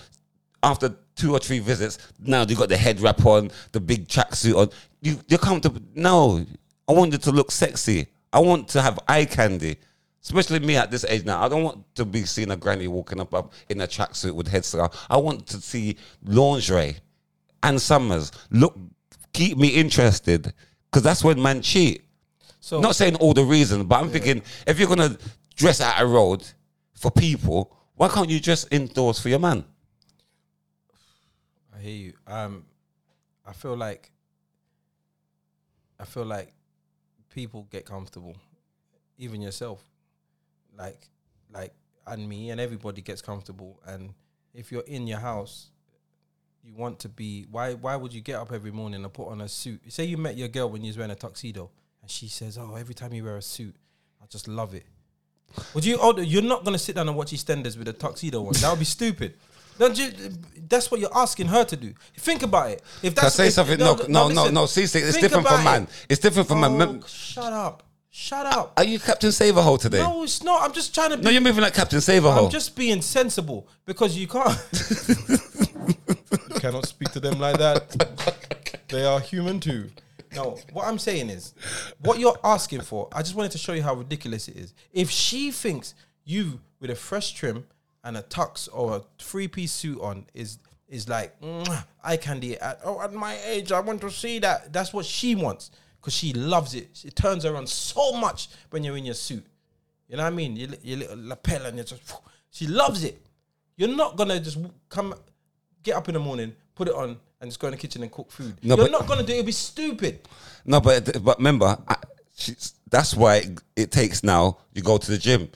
After two or three visits, now they got the head wrap on, the big tracksuit on. You you're comfortable. No, I want you to look sexy. I want to have eye candy. Especially me at this age now, I don't want to be seeing a granny walking up, up in a tracksuit with headscarf. I want to see lingerie and summers. Look, keep me interested because that's when man cheat.
So
Not saying all the reasons, but I'm thinking if you're gonna dress out a road for people, why can't you dress indoors for your man?
I hear you. Um, I feel like I feel like people get comfortable, even yourself, like like and me and everybody gets comfortable. And if you're in your house, you want to be. Why why would you get up every morning and put on a suit? Say you met your girl when you was wearing a tuxedo, and she says, "Oh, every time you wear a suit, I just love it." Would you? Oh, you're not gonna sit down and watch EastEnders with a tuxedo on. That would be stupid. Don't you, that's what you're asking her to do. Think about it. If
Can I
that's
say
if-
something? No, no, no,
listen.
no. See, see, it's
Think
different for
about
man.
it.
It's different for man. Mem-
Oh, shut up! Shut up!
Are you Captain Saverhole today? No,
No, it's not. I'm just trying to. Be,
you're moving like Captain
I'm
Saverhole.
just being sensible because you can't. you cannot speak to them like that. They are human too. No, what I'm saying is, what you're asking for. I just wanted to show you how ridiculous it is. If she thinks you with a fresh trim and a tux or a three-piece suit on is is like "Mwah, eye candy at oh at my age, I want to see that. That's what she wants because she loves it. It turns her on so much when you're in your suit. You know what I mean? Your, li- your little lapel and you're just, she loves it. You're not gonna just w- come, get up in the morning, put it on, and just go in the kitchen and cook food.
No,
you're
but-
not gonna do it. It'd be stupid.
No, but but remember, I, she's, that's why it, it takes now. You go to the gym,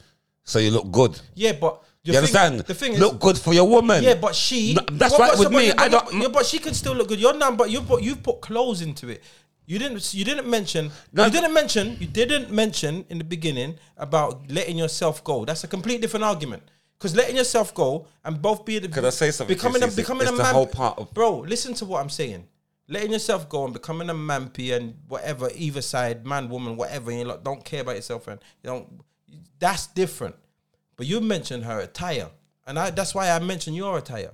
so you look good.
Yeah, but the
You
thing-
understand?
the thing is,
look good for your woman.
yeah, but she.
No, that's
what-
right
what's
with
the- but
me.
you-
I
but-
don't-
Yeah, but she can still look good. You're not, but you put you've put clothes into it. You didn't. You didn't mention.
No.
you didn't mention. You didn't mention in the beginning about letting yourself go. That's a complete different argument. Because letting yourself go and both be the
Could I say something to you,
Becoming a
Cece?
becoming
It's
a
the
man.
whole part of-
bro, listen to what I'm saying. Letting yourself go and becoming a mampy and whatever, either side, man, woman, whatever, and you like, don't care about yourself and you don't. That's different. But you mentioned her attire, and I, that's why I mentioned your attire.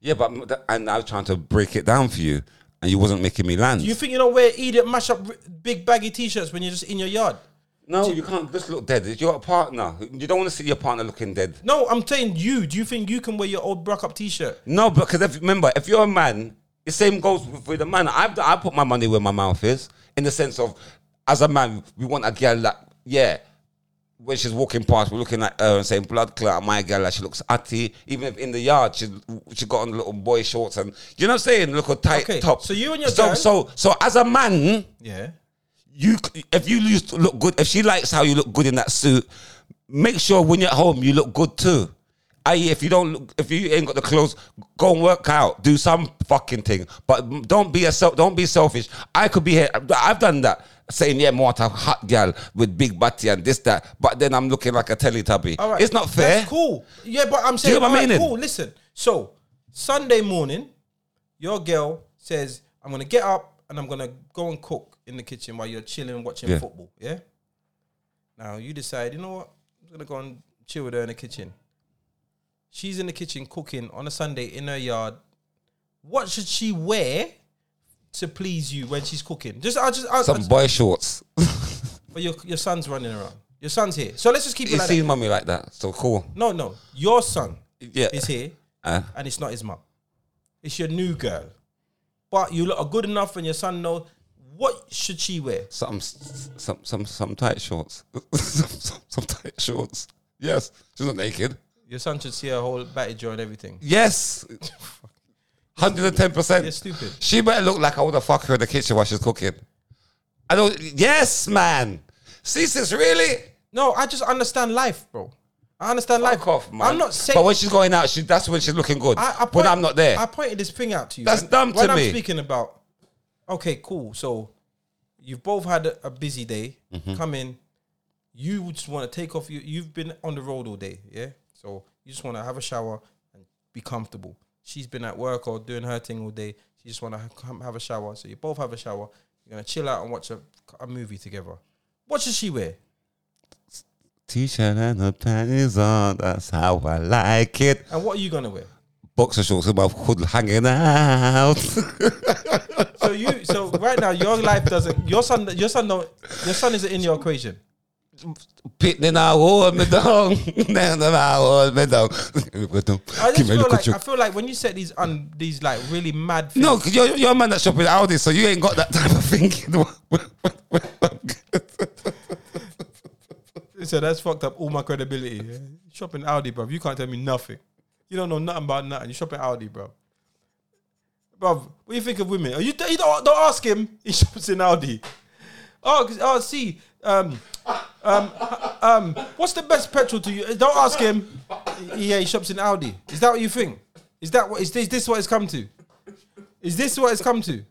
yeah, but m- that- and I was trying to break it down for you, and you wasn't making me land.
You think you don't wear idiot mash up r- big baggy t-shirts when you're just in your yard?
no, you can't just look dead. You're a partner. You don't want to see your partner looking dead.
No, I'm saying you. Do you think you can wear your old brock up t-shirt?
No, because if, remember, if you're a man, the same goes with, with a man. I've, I put my money where my mouth is, in the sense of, as a man, we want a girl that, yeah, when she's walking past, we're looking at her and saying, blood clot, my girl, like, she looks atty. Even if in the yard, she she got on little boy shorts and, you know what I'm saying? Look, a tight
Okay,
top.
so you and your
so,
girl-
so, so as a man,
Yeah.
you c- if you lose, look good, if she likes how you look good in that suit, make sure when you're at home you look good too. I.e., if you don't, look, if you ain't got the clothes, go and work out, do some fucking thing. But m- don't be a self, don't be selfish. I could be here. I've- I've done that, saying yeah, more a hot girl with big butty and this that. But then I'm looking like a Teletubby.
All right.
It's not fair.
That's cool. Yeah, but I'm saying,
get my
all right,
meaning?
cool. Listen. So Sunday morning, your girl says, "I'm gonna get up and I'm gonna go and cook in the kitchen while you're chilling watching
Yeah.
football." Yeah. Now you decide, you know what? I'm gonna go and chill with her in the kitchen. She's in the kitchen cooking on a Sunday in her yard. What should she wear to please you when she's cooking? Just, I just, I, I
Some boy shorts.
but your your son's running around. Your son's here, so let's just keep it
He's
like that.
seen mummy like that, so cool.
No, no. Your son
Yeah.
is here
Uh.
and it's not his mum. It's your new girl. But you lot are good enough and your son knows what should she wear?
some some some some tight shorts. some, some, some tight shorts. Yes, she's not naked.
Your son should see her whole batty jaw and everything.
Yes, hundred and ten
You're
percent.
stupid.
She better look like I would have fucked her in the kitchen while she's cooking. I don't. Yes, man. See, sis, really?
No, I just understand life, bro. I understand life.
Fuck off, man.
I'm not saying
But when she's going out, she that's when she's looking good.
I, I
when
point-
I'm not there,
I pointed this thing out to you.
That's
And
dumb to
when I'm
me.
speaking about, okay, cool. So you've both had a, a busy day.
Mm-hmm.
Come in. You would just want to take off. You, you've been on the road all day. Yeah. So you just want to have a shower and be comfortable. She's been at work or doing her thing all day. She just want to come have a shower. So you both have a shower. You're going to chill out and watch a, a movie together. What should she wear?
t-shirt and the panties on. That's how I like it.
And what are you going to wear?
Boxer shorts with my hood hanging out.
So you, so right now your life doesn't, your son, your son don't, your son isn't in your equation.
Pitting now, hold me down. Nah, nah, nah, hold me down.
I just
Give me a
feel
little
like
chuck.
I feel like when you set these un, these like really mad things,
No, 'cause you're, you're a man that shopping Audi, so you ain't got that type of thinking.
so that's fucked up all my credibility. yeah. Shopping Audi, bro. You can't tell me nothing. You don't know nothing about nothing. You shopping Audi, bro. Bro, what do you think of women? Are you, you don't, don't ask him. He shops in Audi. Oh, 'cause- oh, see, um, um, um, what's the best petrol to you? Don't ask him. Yeah, he shops in Audi. Is that what you think? Is that what is this, this what it's come to? Is this what it's come to?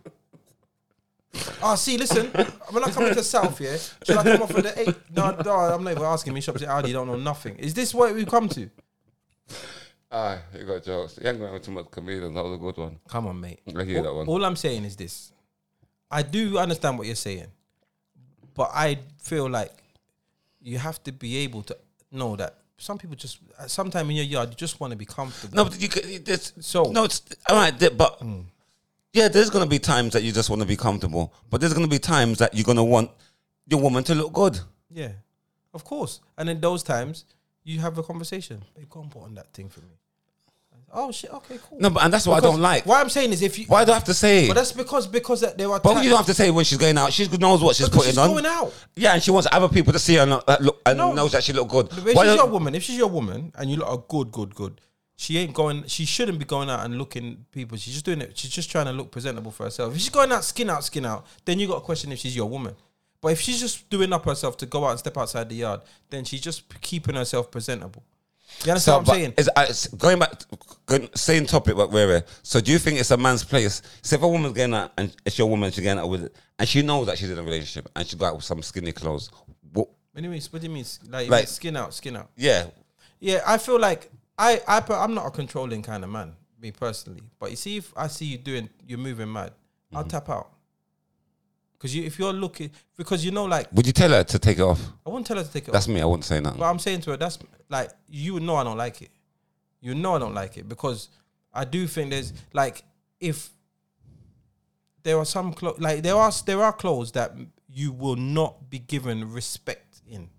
Oh, see, listen, when I come to the south, yeah, shall I come off with the eight? No, no, I'm not even asking. He shops at Audi, don't know nothing. Is this what we've come to?
Ah, you got jokes. You ain't going to have too much comedians. That was a good one.
Come on, mate.
I hear that one.
All I'm saying is this: I do understand what you're saying, but I feel like you have to be able to know that some people just sometime in your yard you just want to be comfortable.
No, but you could. This,
So- Hmm.
so no, it's all right. th- But yeah, there's gonna be times that you just want to be comfortable, but there's gonna be times that you're gonna want your woman to look good.
Yeah, of course. And in those times, you have a conversation. Babe, go and put on that thing for me. Oh shit! Okay, cool.
No, but and that's what I don't like. Why,
What I'm saying is, if you,
do I have to say?
but that's because because that there are.
But
times-
you don't have to say when she's going out. She knows what she's
Because
putting
she's
on.
going out.
Yeah, and she wants other people to see her and, uh, look, and
No.
knows that she look good.
But If
Why
she's
don't-
your woman, if she's your woman, and you lot are good, good, good, she ain't going. She shouldn't be going out and looking people. She's just doing it. She's just trying to look presentable for herself. If she's going out, skin out, skin out, then you got to question if she's your woman. But if she's just doing up herself to go out and step outside the yard, then she's just p- keeping herself presentable. You understand
So,
what I'm
but
saying?
is- uh, s- going back, going, same topic, but where we're. So, do you think it's a man's place? So, if a woman's getting out and it's your woman, she's getting out with, and she knows that she's in a relationship and she got out with some skinny clothes. What,
Anyways, what do you mean? Like,
Like-
skin out, skin out.
yeah,
Yeah, I feel like I, I per- I'm not a controlling kind of man, me personally. But you see, if I see you doing, you're moving mad, I'll
Mm-hmm.
tap out. Because you, if you're looking, because you know, like
would you tell her to take it off?
I won't tell her to take it off.
That's me. I wouldn't say nothing.
But I'm saying to her, that's like you know I don't like it. You know I don't like it because I do think there's like if there are some clo- like there are there are clothes that you will not be given respect in,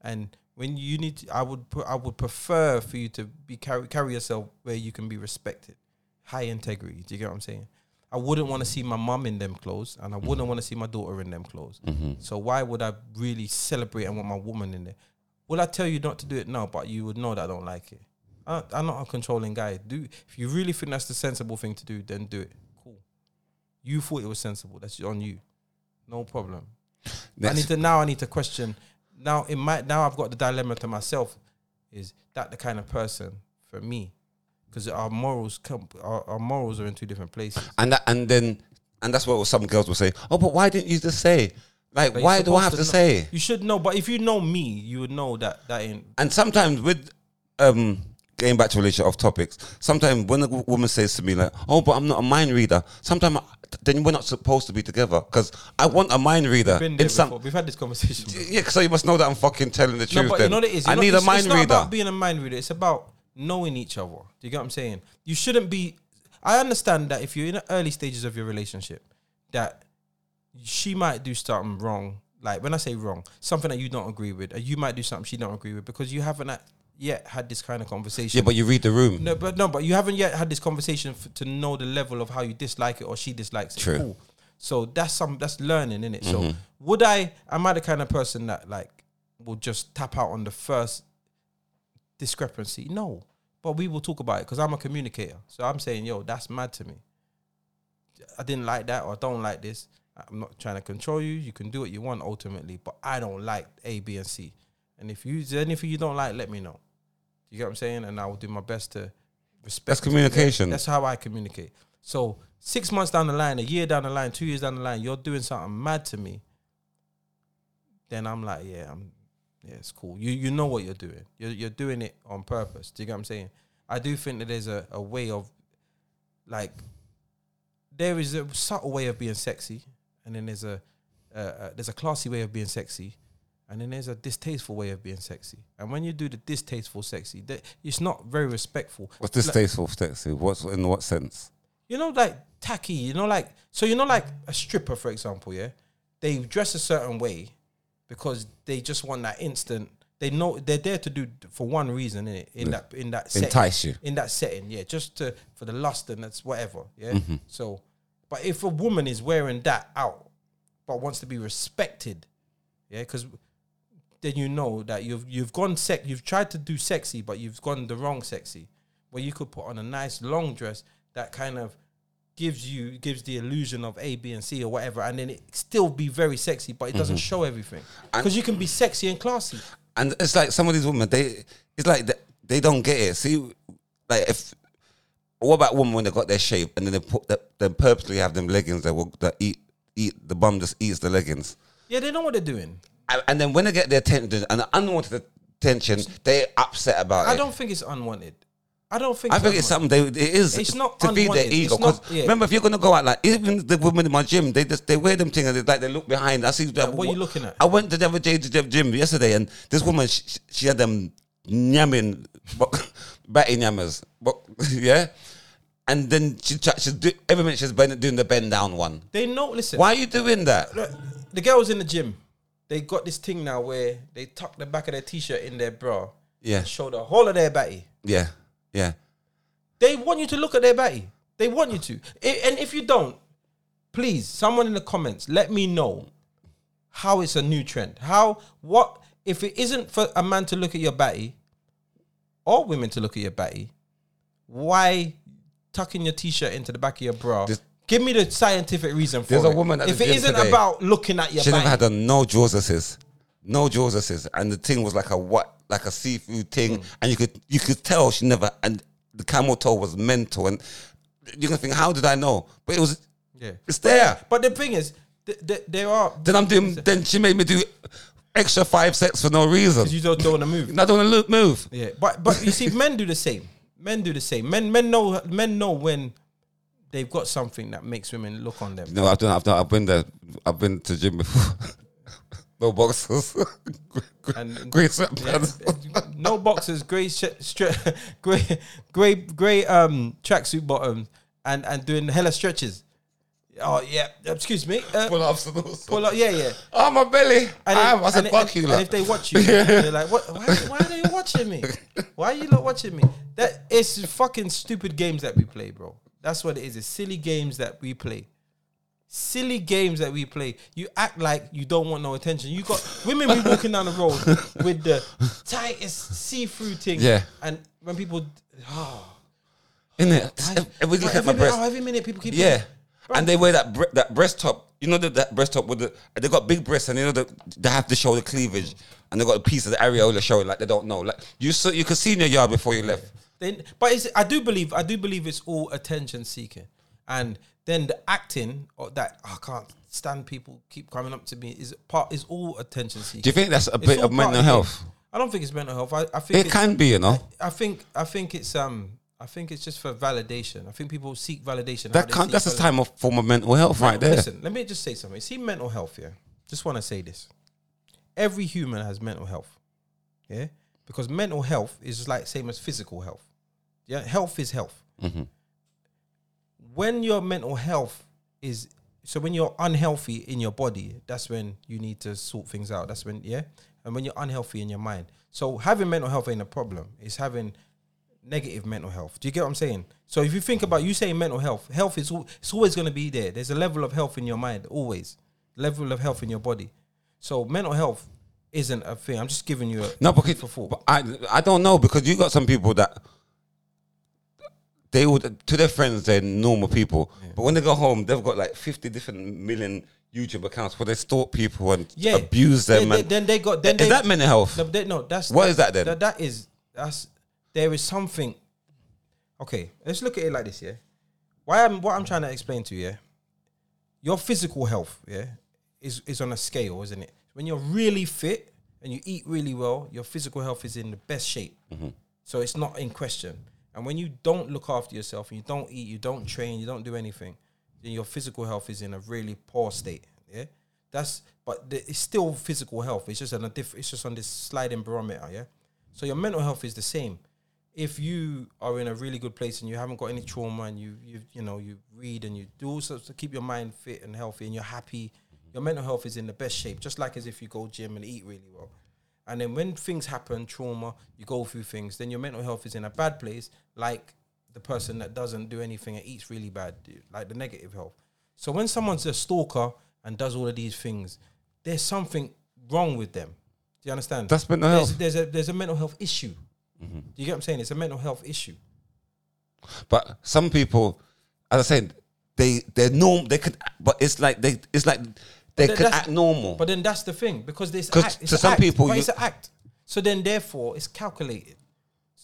and when you need, to, I would pr- I would prefer for you to be carry carry yourself where you can be respected, high integrity. Do you get what I'm saying? I wouldn't want to see my mum in them clothes, and I wouldn't want to see my daughter in them clothes. So why would I really celebrate and want my woman in there? Will I tell you not to do it? No, but you would know that I don't like it. I, I'm not a controlling guy. Do if you really think that's the sensible thing to do, then do it. Cool. You thought it was sensible. That's on you. No problem. I
Next.
need to now. I need to question. Now in my now I've got the dilemma to myself: is that the kind of person for me? Because our morals come, our, our morals are in two different places.
and that, and then, and that's what some girls will say. Oh, but why didn't you just say? Like,
But you're
why do
supposed
I have to,
know-
say?
You should know. But if you know me, you would know that that ain't.
And sometimes with um getting back to relationship off topics, sometimes when a w- woman says to me like, "Oh, but I'm not a mind reader," sometimes then we're not supposed to be together because I want a mind reader.
Been there
in some,
before. We've had this conversation. before.
yeah, so you must know that I'm fucking telling the truth.
No, but
then.
you know what it is.
I
You know,
need a
it's-
mind
it's not
reader.
about being a mind reader. It's about knowing each other. Do you get what I'm saying? You shouldn't be. I understand that if you're in the early stages of your relationship, that she might do something wrong. Like when I say wrong, something that you don't agree with, or you might do something she don't agree with because you haven't at- yet had this kind of conversation.
yeah, but you read the room.
No, but no, but you haven't yet had this conversation f- to know the level of how you dislike it or she dislikes it.
True.
Cool. So that's some that's learning in it. So would I? Am I the kind of person that like will just tap out on the first discrepancy? No, but we will talk about it because I'm a communicator. So I'm saying, yo, that's mad to me. I didn't like that or I don't like this. I'm not trying to control you. You can do what you want ultimately, but I don't like A, B, and C. And if you there's anything you don't like, let me know. You get what I'm saying? And I will do my best to respect.
That's communication.
That's how I communicate. So six months down the line, a year down the line, two years down the line, you're doing something mad to me. Then I'm like, yeah, I'm, yeah, it's cool. You you know what you're doing. You're you're doing it on purpose. Do you get what I'm saying? I do think that there's a, a way of, like, there is a subtle way of being sexy, and then there's a uh, uh, there's a classy way of being sexy, and then there's a distasteful way of being sexy. And when you do the distasteful sexy, that it's not very respectful.
What's distasteful, sexy? What's in what sense?
You know, like tacky. You know, like so. You know, like a stripper, for example. Yeah, they dress a certain way, because they just want that instant. They know they're there to do for one reason innit? in that in that setting,
Entice you.
in that setting. Yeah, just to for the lust and that's whatever. Yeah.
Mm-hmm.
So, but if a woman is wearing that out, but wants to be respected, yeah, because then you know that you've you've gone sec you've tried to do sexy but you've gone the wrong sexy where you could put on a nice long dress that kind of gives you gives the illusion of a b and c or whatever and then it still be very sexy but it
Mm-hmm.
doesn't show everything because you can be sexy and classy
And it's like some of these women, they it's like they, they don't get it. See, like if what about women when they got their shape and then they put that they purposely have them leggings that will that eat eat the bum just eats the leggings,
yeah they know what they're doing
and, and then when they get their attention and the unwanted attention, they upset about
i
it.
don't think it's unwanted i don't think
I think it's something they it is
It's not
to feed their
unwanted.
ego.
It's not-
'Cause
yeah.
remember, if you're gonna go out like even the women in my gym, they just they wear them thing and they like they look behind. I see that.
what you looking at?
I went to the other day to the gym yesterday, and this woman she, she- she had them nyamming, but- batty nyammers, but, yeah. And then she tra- she's do, every minute she's bend, doing the bend down one.
they know listen
Why are you doing that?
the girls in the gym, they got this thing now where they tuck the back of their t-shirt in their bra.
Yeah.
and Show the whole of their batty.
Yeah, yeah.
They want you to look at their batty. They want you to. I- and if you don't, please, someone in the comments, let me know how it's a new trend. How what if it isn't for a man to look at your batty or women to look at your batty? Why tucking your t-shirt into the back of your bra?
This-
Give me the scientific reason for
There's
it.
a woman at
if
the
it
gym
isn't
today.
about looking at your
She
batty,
never had a no jaws assist, no jaws assist, and the thing was like a what, like a seafood thing,
Mm.
and you could you could tell she never. And the camel toe was mental, and you're gonna think, how did I know? But it was,
yeah.
it's there.
But the thing is, th- th- there are
Then I'm doing. Then she made me do extra five sets for no reason.
you don't, don't want to move.
And I don't want to look move.
Yeah, but but you see, men do the same. Men do the same. Men men know men know when they've got something that makes women look on them.
No, I've done. I've done. I've been there. I've been to gym before. no boxes.
And-
Great sweatpants.
No boxers, grey sh- stre- grey grey grey um tracksuit bottoms, and and doing hella stretches. Oh yeah, excuse me. Uh,
Pull ups and all sorts.
pull up, yeah, yeah.
Oh my belly. Ah,
And
I
then-
am. I said,
and
fuck
if,
you.
and
lot.
if they watch you, they're like, "What? Why, why are you watching me? Why are you not watching me?" That it's fucking stupid games that we play, bro. That's what it is. It's silly games that we play. Silly games that we play. You act like you don't want no attention. You got women be walking down the road with the tightest see-through thing.
Yeah.
And when people, oh,
In it, every,
Like,
look at my
minute-
breast.
oh, every minute people keep
yeah, and they wear that bre- that breast top. You know that that breast top with the they got big breasts, and you know the, they have to show the cleavage, and they got a piece of the areola showing like they don't know. Like you saw, you could see in your yard before you left.
Then, but it's, I do believe I do believe it's all attention seeking, and then the acting or that I can't stand people keep coming up to me is part is all attention seeking.
Do you think that's a bit
all
of
part
mental
it.
health?
I don't think it's mental health. I, I think
It
it's-
can be, you know.
I think I think it's um I think it's just for validation. I think people seek validation. how
That
they
can't,
seek
that's a
validation.
time of form of mental health right there.
Listen, let me just say something. See, mental health, yeah. Just want to say this. Every human has mental health, yeah, because mental health is just like same as physical health. Yeah, health is health.
Mm-hmm.
When your mental health is so, when you're unhealthy in your body, that's when you need to sort things out. That's when, yeah, and when you're unhealthy in your mind. So having mental health ain't a problem. It's having negative mental health. Do you get what I'm saying? So if you think about you saying mental health, health is al- it's always going to be there. There's a level of health in your mind, always level of health in your body. So mental health isn't a thing. I'm just giving you a
No, because
for thought.
but I I don't know because you got some people that they would to their friends they're normal people, but when they go home they've got like fifty different million YouTube accounts where they stalk people and
yeah
abuse
Then-
them.
then-
and,
then they got then
is
they,
that mental health?
No, they- no, that's
What is that then?
That, that is that's there is something. Okay, let's look at it like this. Yeah, why I'm what I'm trying to explain to you. Yeah, your physical health. Yeah, is is on a scale, isn't it? When you're really fit and you eat really well, your physical health is in the best shape. So it's not in question. And when you don't look after yourself and you don't eat, you don't train, you don't do anything, then your physical health is in a really poor state. Yeah, that's but the, it's still physical health. It's just on a diff, It's just on this sliding barometer. Yeah, so your mental health is the same. If you are in a really good place and you haven't got any trauma and you you you know you read and you do all sorts to keep your mind fit and healthy and you're happy,
Mm-hmm.
your mental health is in the best shape, just like as if you go gym and eat really well. And then when things happen, trauma, you go through things, then your mental health is in a bad place, like the person that doesn't do anything and eats really bad, dude, like the negative health. So when someone's a stalker and does all of these things, there's something wrong with them. Do you understand?
That's mental
There's-
health.
There's a there's a mental health issue.
Mm-hmm.
Do you get what I'm saying? It's a mental health issue.
But some people, as I said, they they're norm. They could, but it's like they it's like they
Th-
could
that's-
act normal.
But then that's the thing because this
'Cause
act, it's
to
an
some
act,
people
but
you-
it's an act. So then, therefore, it's calculated.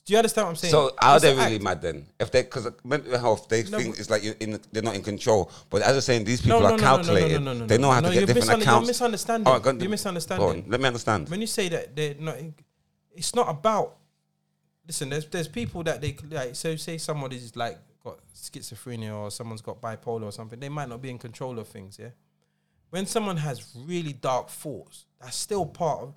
Do you understand what I'm saying?
so are
It's
they
an
really
act.
mad then? If they because mental health, they
No,
think
but-
it's like you're in, they're not in control. But as I'm saying, these
No,
people
no,
are
no, no, no, no,
calculated.
no, no, no,
They know how
no. No,
to get
you're
different
misunder- you're
accounts. Oh,
misunderstanding.
go on,
You're
go
misunderstanding.
on, let me understand.
When you say that they're not, it's not about. Listen, there's there's people that they like. So say somebody's like got schizophrenia or someone's got bipolar or something. They might not be in control of things. Yeah. When someone has really dark thoughts, that's still part of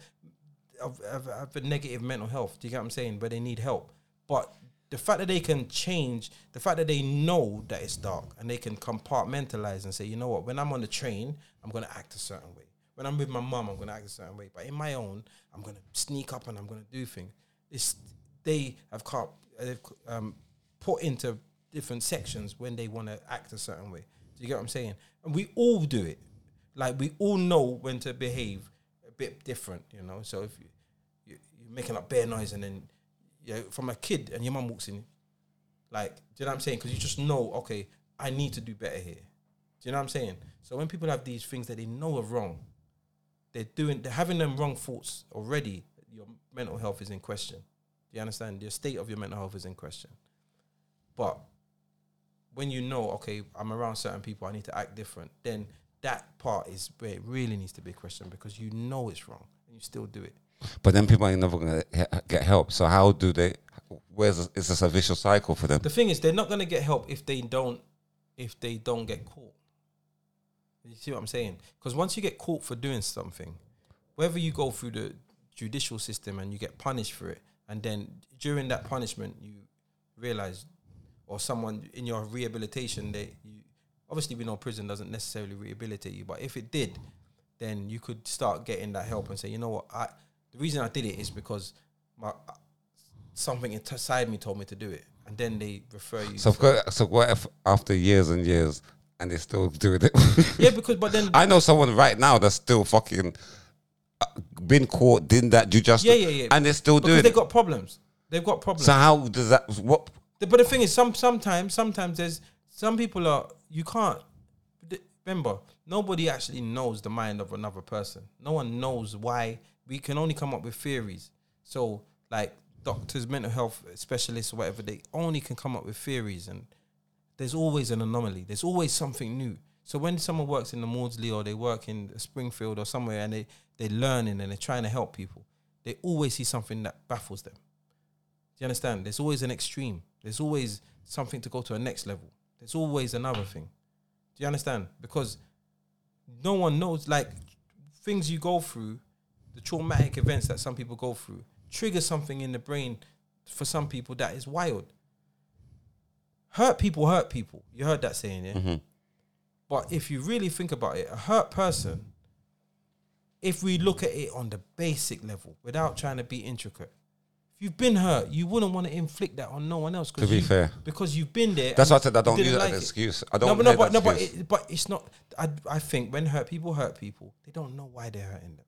of, of, of a negative mental health. Do you get what I'm saying? Where they need help. But the fact that they can change, the fact that they know that it's dark and they can compartmentalize and say, you know what, when I'm on the train, I'm going to act a certain way. When I'm with my mum, I'm going to act a certain way. But in my own, I'm going to sneak up and I'm going to do things. It's, they have car- they've, um, put into different sections when they want to act a certain way. Do you get what I'm saying? And we all do it. Like we all know when to behave a bit different, you know. So if you, you you're making up bear noise and then you know, from a kid and your mum walks in, like, do you know what I'm saying? Because you just know, okay, I need to do better here. Do you know what I'm saying? So when people have these things that they know are wrong, they're doing, they're having them wrong thoughts already. Your mental health is in question. Do you understand? Your state of your mental health is in question. But when you know, okay, I'm around certain people, I need to act different, then that part is where it really needs to be questioned because you know it's wrong and you still do it.
But then people are never gonna he- get help. So how do they? Where's it's just a vicious cycle for them?
The thing is, they're not gonna get help if they don't if they don't get caught. You see what I'm saying? Because once you get caught for doing something, whether you go through the judicial system and you get punished for it, and then during that punishment you realize, or someone in your rehabilitation, they you obviously we know prison doesn't necessarily rehabilitate you, but if it did, then you could start getting that help and say, you know what, I the reason I did it is because my something inside me told me to do it, and then they refer you.
So I've got, so what if after years and years and they still doing it?
yeah, because but then
I know someone right now that's still fucking uh, been caught, did that, do justice,
yeah, yeah, yeah,
and they're still
because
doing
they've
it.
got problems. They've got problems.
So how does that? What?
The- but the thing is, some sometimes sometimes there's some people are you can't th- remember. Nobody actually knows the mind of another person. No one knows why. We can only come up with theories. So like doctors, mental health specialists, or whatever, they only can come up with theories and there's always an anomaly. There's always something new. So when someone works in the Maudsley or they work in Springfield or somewhere and they they're learning and they're trying to help people, they always see something that baffles them. Do you understand? There's always an extreme. There's always something to go to a next level. There's always another thing. Do you understand? Because no one knows like things you go through, the traumatic events that some people go through trigger something in the brain for some people that is wild. Hurt people hurt people. You heard that saying, yeah?
Mm-hmm.
But if you really think about it, a hurt person, if we look at it on the basic level without trying to be intricate, if you've been hurt, you wouldn't want to inflict that on no one else. 'cause
To be
you-
fair.
because you've been there.
That's
and
why I said I don't
you
use
didn't
that as
like
an
it.
excuse. I don't.
No, but no,
hear
but
that
no, but,
excuse.
it, but it's not. I, I think when hurt people hurt people, they don't know why they're hurting them.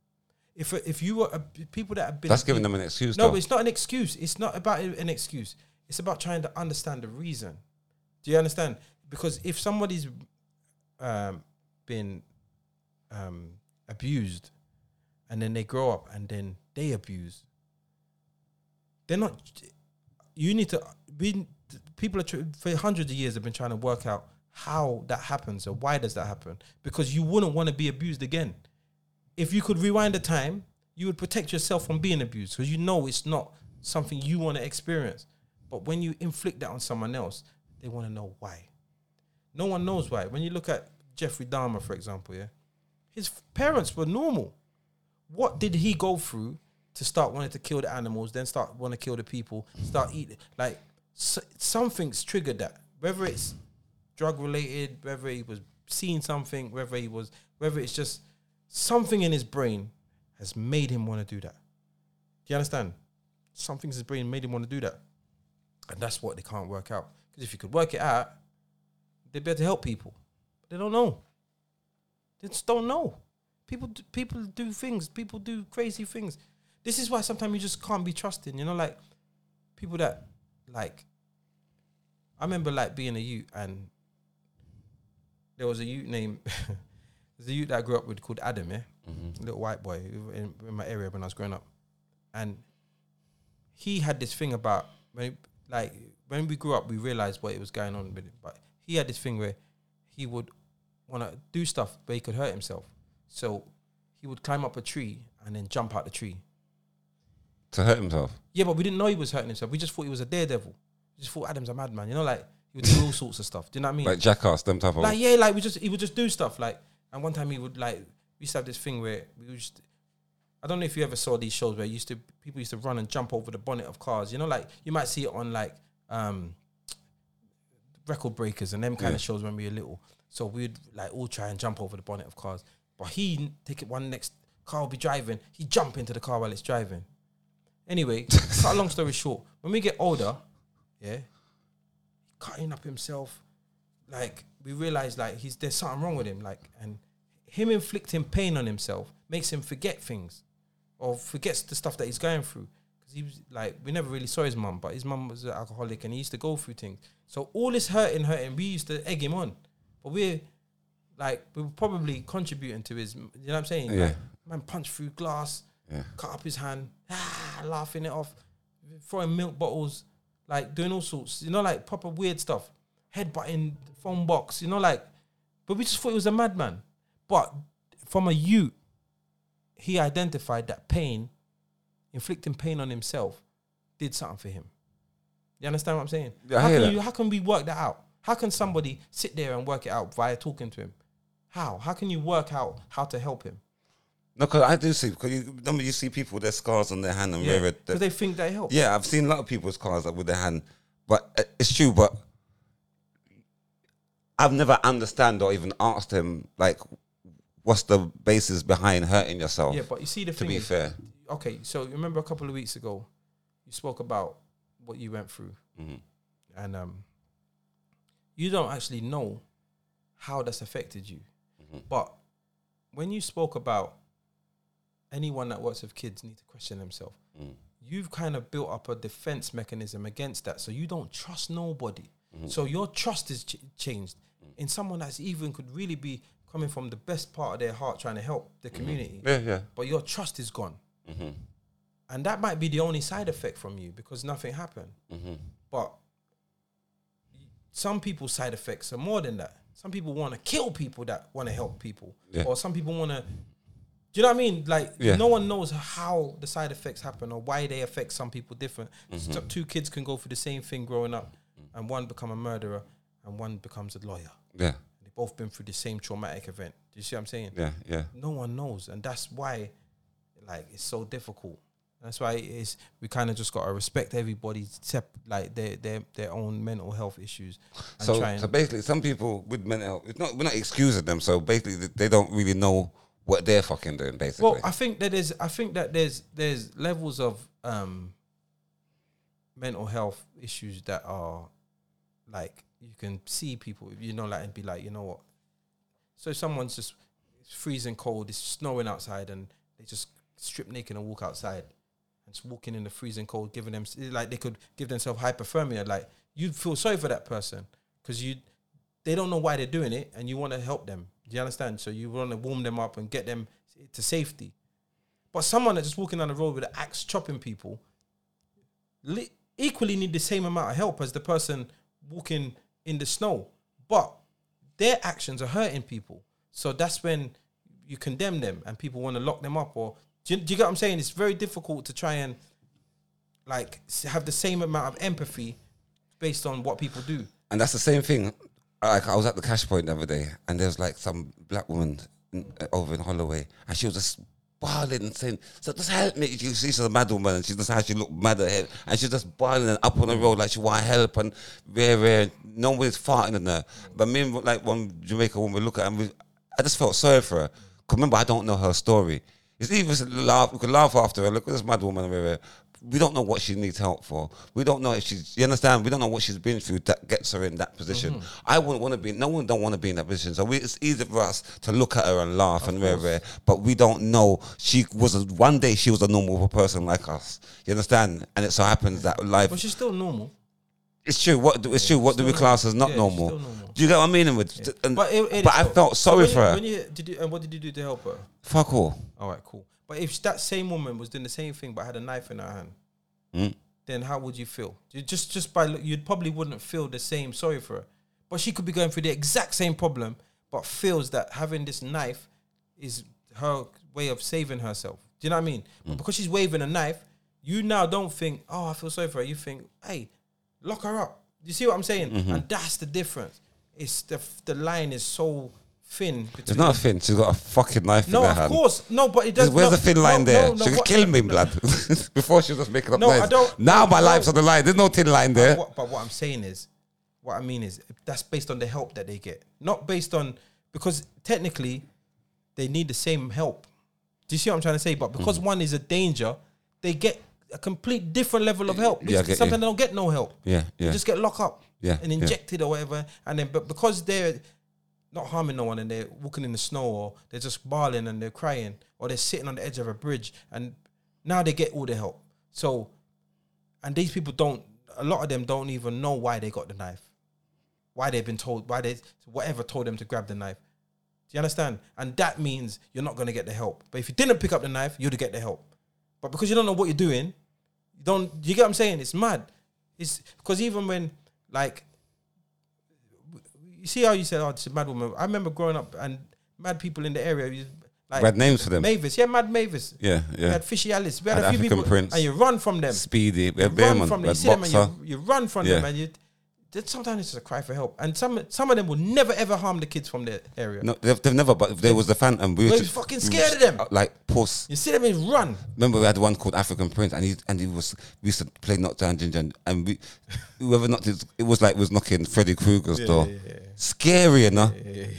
If if you were a, people that have been
that's giving them an excuse.
no,
though.
but it's not an excuse. It's not about an excuse. It's about trying to understand the reason. Do you understand? Because if somebody's um, been um, abused, and then they grow up, and then they abuse, they're not. You need to. We people are tr- for hundreds of years have been trying to work out how that happens or why does that happen because you wouldn't want to be abused again if you could rewind the time, you would protect yourself from being abused because you know it's not something you want to experience. But when you inflict that on someone else, they want to know why. No one knows why. When you look at Jeffrey Dahmer, for example, yeah, his f- parents were normal. What did he go through to start wanting to kill the animals, then start want to kill the people, start eating? Like s something's triggered that. Whether it's drug related, whether he was seeing something, whether he was, whether it's just something in his brain has made him want to do that. Do you understand? Something in his brain made him want to do that. And that's what they can't work out. Because if you could work it out, they'd be able to help people. But they don't know. They just don't know. People, d- people do things. People do crazy things. This is why sometimes you just can't be trusting. You know, like people that, like, I remember like being a youth and there was a youth named there's a youth that I grew up with called Adam, yeah, little white boy who- in, in my area when I was growing up, and he had this thing about when like when we grew up, we realized what it was going on with it, but he had this thing where he would want to do stuff where he could hurt himself, so he would climb up a tree and then jump out the tree.
to hurt himself.
Yeah, but we didn't know he was hurting himself. We just thought he was a daredevil. We just thought Adam's a madman. You know, like he would do all sorts of stuff. Do you know what I mean?
Like jackass, them type of.
Like yeah, like we just he would just do stuff like. And one time he would like we used to have this thing where we would just. I don't know if you ever saw these shows where used to people used to run and jump over the bonnet of cars. You know, like you might see it on like um, record breakers and them kind of shows when we were little. So we'd like all try and jump over the bonnet of cars. But he n- take it one next car will be driving. He jump into the car while it's driving. Anyway, cut a long story short. When we get older, yeah, cutting up himself. Like we realize, like he's there's something wrong with him. Like and him inflicting pain on himself makes him forget things, or forgets the stuff that he's going through. Because he was like we never really saw his mum, but his mum was an alcoholic and he used to go through things. So all this hurting, hurting, we used to egg him on, but we're like we were probably contributing to his. You know what I'm saying?
Yeah.
Like, man, punched through glass,
Yeah.
cut up his hand, ah, laughing it off, throwing milk bottles, like doing all sorts, you know, like proper weird stuff, headbutting the phone box, you know, like. But we just thought he was a madman. But from a youth, he identified that pain, inflicting pain on himself, did something for him. You understand what I'm saying?
Yeah, I
how
hear
can
that.
you? How can we work that out? How can somebody sit there and work it out via talking to him? How? How can you work out how to help him?
No, because I do see. Because you, I mean, you see people with their scars on their hand and
Yeah,
where
because
it.
they think they help.
Yeah, I've seen a lot of people's cars like, with their hand, but uh, it's true. But I've never understand or even asked him like, what's the basis behind hurting yourself?
Yeah, but you see the
to
thing.
be
is-
fair,
okay, so you remember a couple of weeks ago, you spoke about what you went through,
Mm-hmm.
and um, you don't actually know how that's affected you,
Mm-hmm.
but when you spoke about anyone that works with kids need to question themselves, you've kind of built up a defense mechanism against that, so you don't trust nobody.
Mm-hmm.
So your trust is ch- changed
Mm.
in someone that's even could really be coming from the best part of their heart trying to help the
Mm-hmm.
community
yeah, yeah, Mm-hmm.
but your trust is gone. And that might be the only side effect from you because nothing happened.
Mm-hmm.
But some people's side effects are more than that. Some people want to kill people that want to help people,
Yeah.
or some people want to. Do you know what I mean? Like
Yeah.
no one knows how the side effects happen or why they affect some people different. So
Mm-hmm.
two kids can go through the same thing growing up, and one become a murderer and one becomes a lawyer.
yeah,
They've both been through the same traumatic event. Do you see what I'm saying?
yeah, yeah.
no one knows, and that's why, like, it's so difficult. That's why it's we kind of just gotta respect everybody's sep- like their their their own mental health issues. And
So,
try and,
so basically, some people with mental health, it's not, we're not excusing them. So basically, th- they don't really know what they're fucking doing. Basically,
well, I think that there's I think that there's there's levels of um mental health issues that are like you can see people you know like and be like you know what So if someone's just it's freezing cold, it's snowing outside, and they just strip naked and walk outside, and just walking in the freezing cold, giving them like they could give themselves hypothermia. Like you'd feel sorry for that person because you they don't know why they're doing it, and you want to help them. Do you understand? So you want to warm them up and get them to safety. But someone that's just walking down the road with an axe chopping people li- equally need the same amount of help as the person walking in the snow, but their actions are hurting people. So that's when you condemn them and people want to lock them up. Or do you, do you get what I'm saying? It's very difficult to try and like s- have the same amount of empathy based on what people do.
And that's the same thing. Like I was at the cash point the other day, and there was like some black woman in, uh, over in Holloway, and she was just bawling and saying, "So just help me." She, she's a mad woman, and she just how she looked mad at him, and she's just bawling and up on the road like she want help and rare, rare. Nobody's farting on her. But me and like one Jamaican woman we look at, her and we, I just felt sorry for her 'Cause remember, I don't know her story. It's even laugh. We could laugh after her. Look at this mad woman over here. We don't know what she needs help for. We don't know if she's. You understand? We don't know what she's been through that gets her in that position.
Mm-hmm.
I wouldn't want to be. No one don't want to be in that position. So we, it's easy for us to look at her and laugh and rare, rare. But we don't know. She was a, one day. She was a normal person like us. You understand? And it so happens that life.
But she's still normal.
It's true. What do, it's true. What do we class as not
yeah, it's
normal?
still normal.
Do you get what I mean? With, and,
But,
but
it, it-
I felt
so
sorry
when
for
you-
her.
When you did you, and what did you do to help her?
Fuck all.
All right, cool. But if that same woman was doing the same thing but had a knife in her hand,
Mm.
then how would you feel? You just just by look, you probably wouldn't feel the same sorry for her. But she could be going through the exact same problem, but feels that having this knife is her way of saving herself. Do you know what I mean?
Mm.
But because she's waving a knife, you now don't think, "Oh, I feel sorry for her." You think, "Hey, lock her up." You see what I'm saying?
Mm-hmm.
And that's the difference. It's the the line is so thin.
It's
Between
not a fin. She's got a fucking knife
no,
in her
of
hand.
course, no. But it does.
Where's
no,
the thin line
no,
there?
no, no,
she could
what-
kill me,
no,
blood. Before she was just making up
No, I
noise.
don't-
now my
no.
life's on the line. There's no thin line there.
What, but what I'm saying is, what I mean is, that's based on the help that they get, not based on because technically they need the same help. Do you see what I'm trying to say? But because
Mm.
one is a danger, they get a complete different level of help.
Yeah, I get you.
Sometimes they don't get no help.
Yeah,
They
yeah.
just get locked up
Yeah,
and
yeah.
injected or whatever. And then, but because they're not harming no one and they're walking in the snow or they're just bawling and they're crying or they're sitting on the edge of a bridge and now they get all the help. So, and these people don't, a lot of them don't even know why they got the knife, why they've been told, why they, whatever told them to grab the knife. Do you understand? And that means you're not going to get the help. But if you didn't pick up the knife, you'd get the help. But because you don't know what you're doing, you don't. You get what I'm saying? It's mad. It's because even when like you see how you said, "Oh, it's a mad woman." I remember growing up and mad people in the area. You, like
We had names for them.
Mavis, yeah, Mad Mavis.
Yeah,
We
yeah.
had Fishy Alice. We had
And
a few
African
people,
Prince.
and you run from them.
Speedy. We
You
had Behrman.
run from them.
We
You
had
see them and
Boxer.
you, you run from them,
Yeah.
and you. that Sometimes it's just a cry for help, and some some of them will never ever harm the kids from their area.
No, they've, they've never, but there was the Phantom. We
We're
were
fucking
we were
scared of them.
out Like, puss.
You see them and run.
Remember, we had one called African Prince, and he and he was we used to play knockdown ginger, and- and we, whoever knocked it, it was like we was knocking Freddy Krueger's door. Scary enough.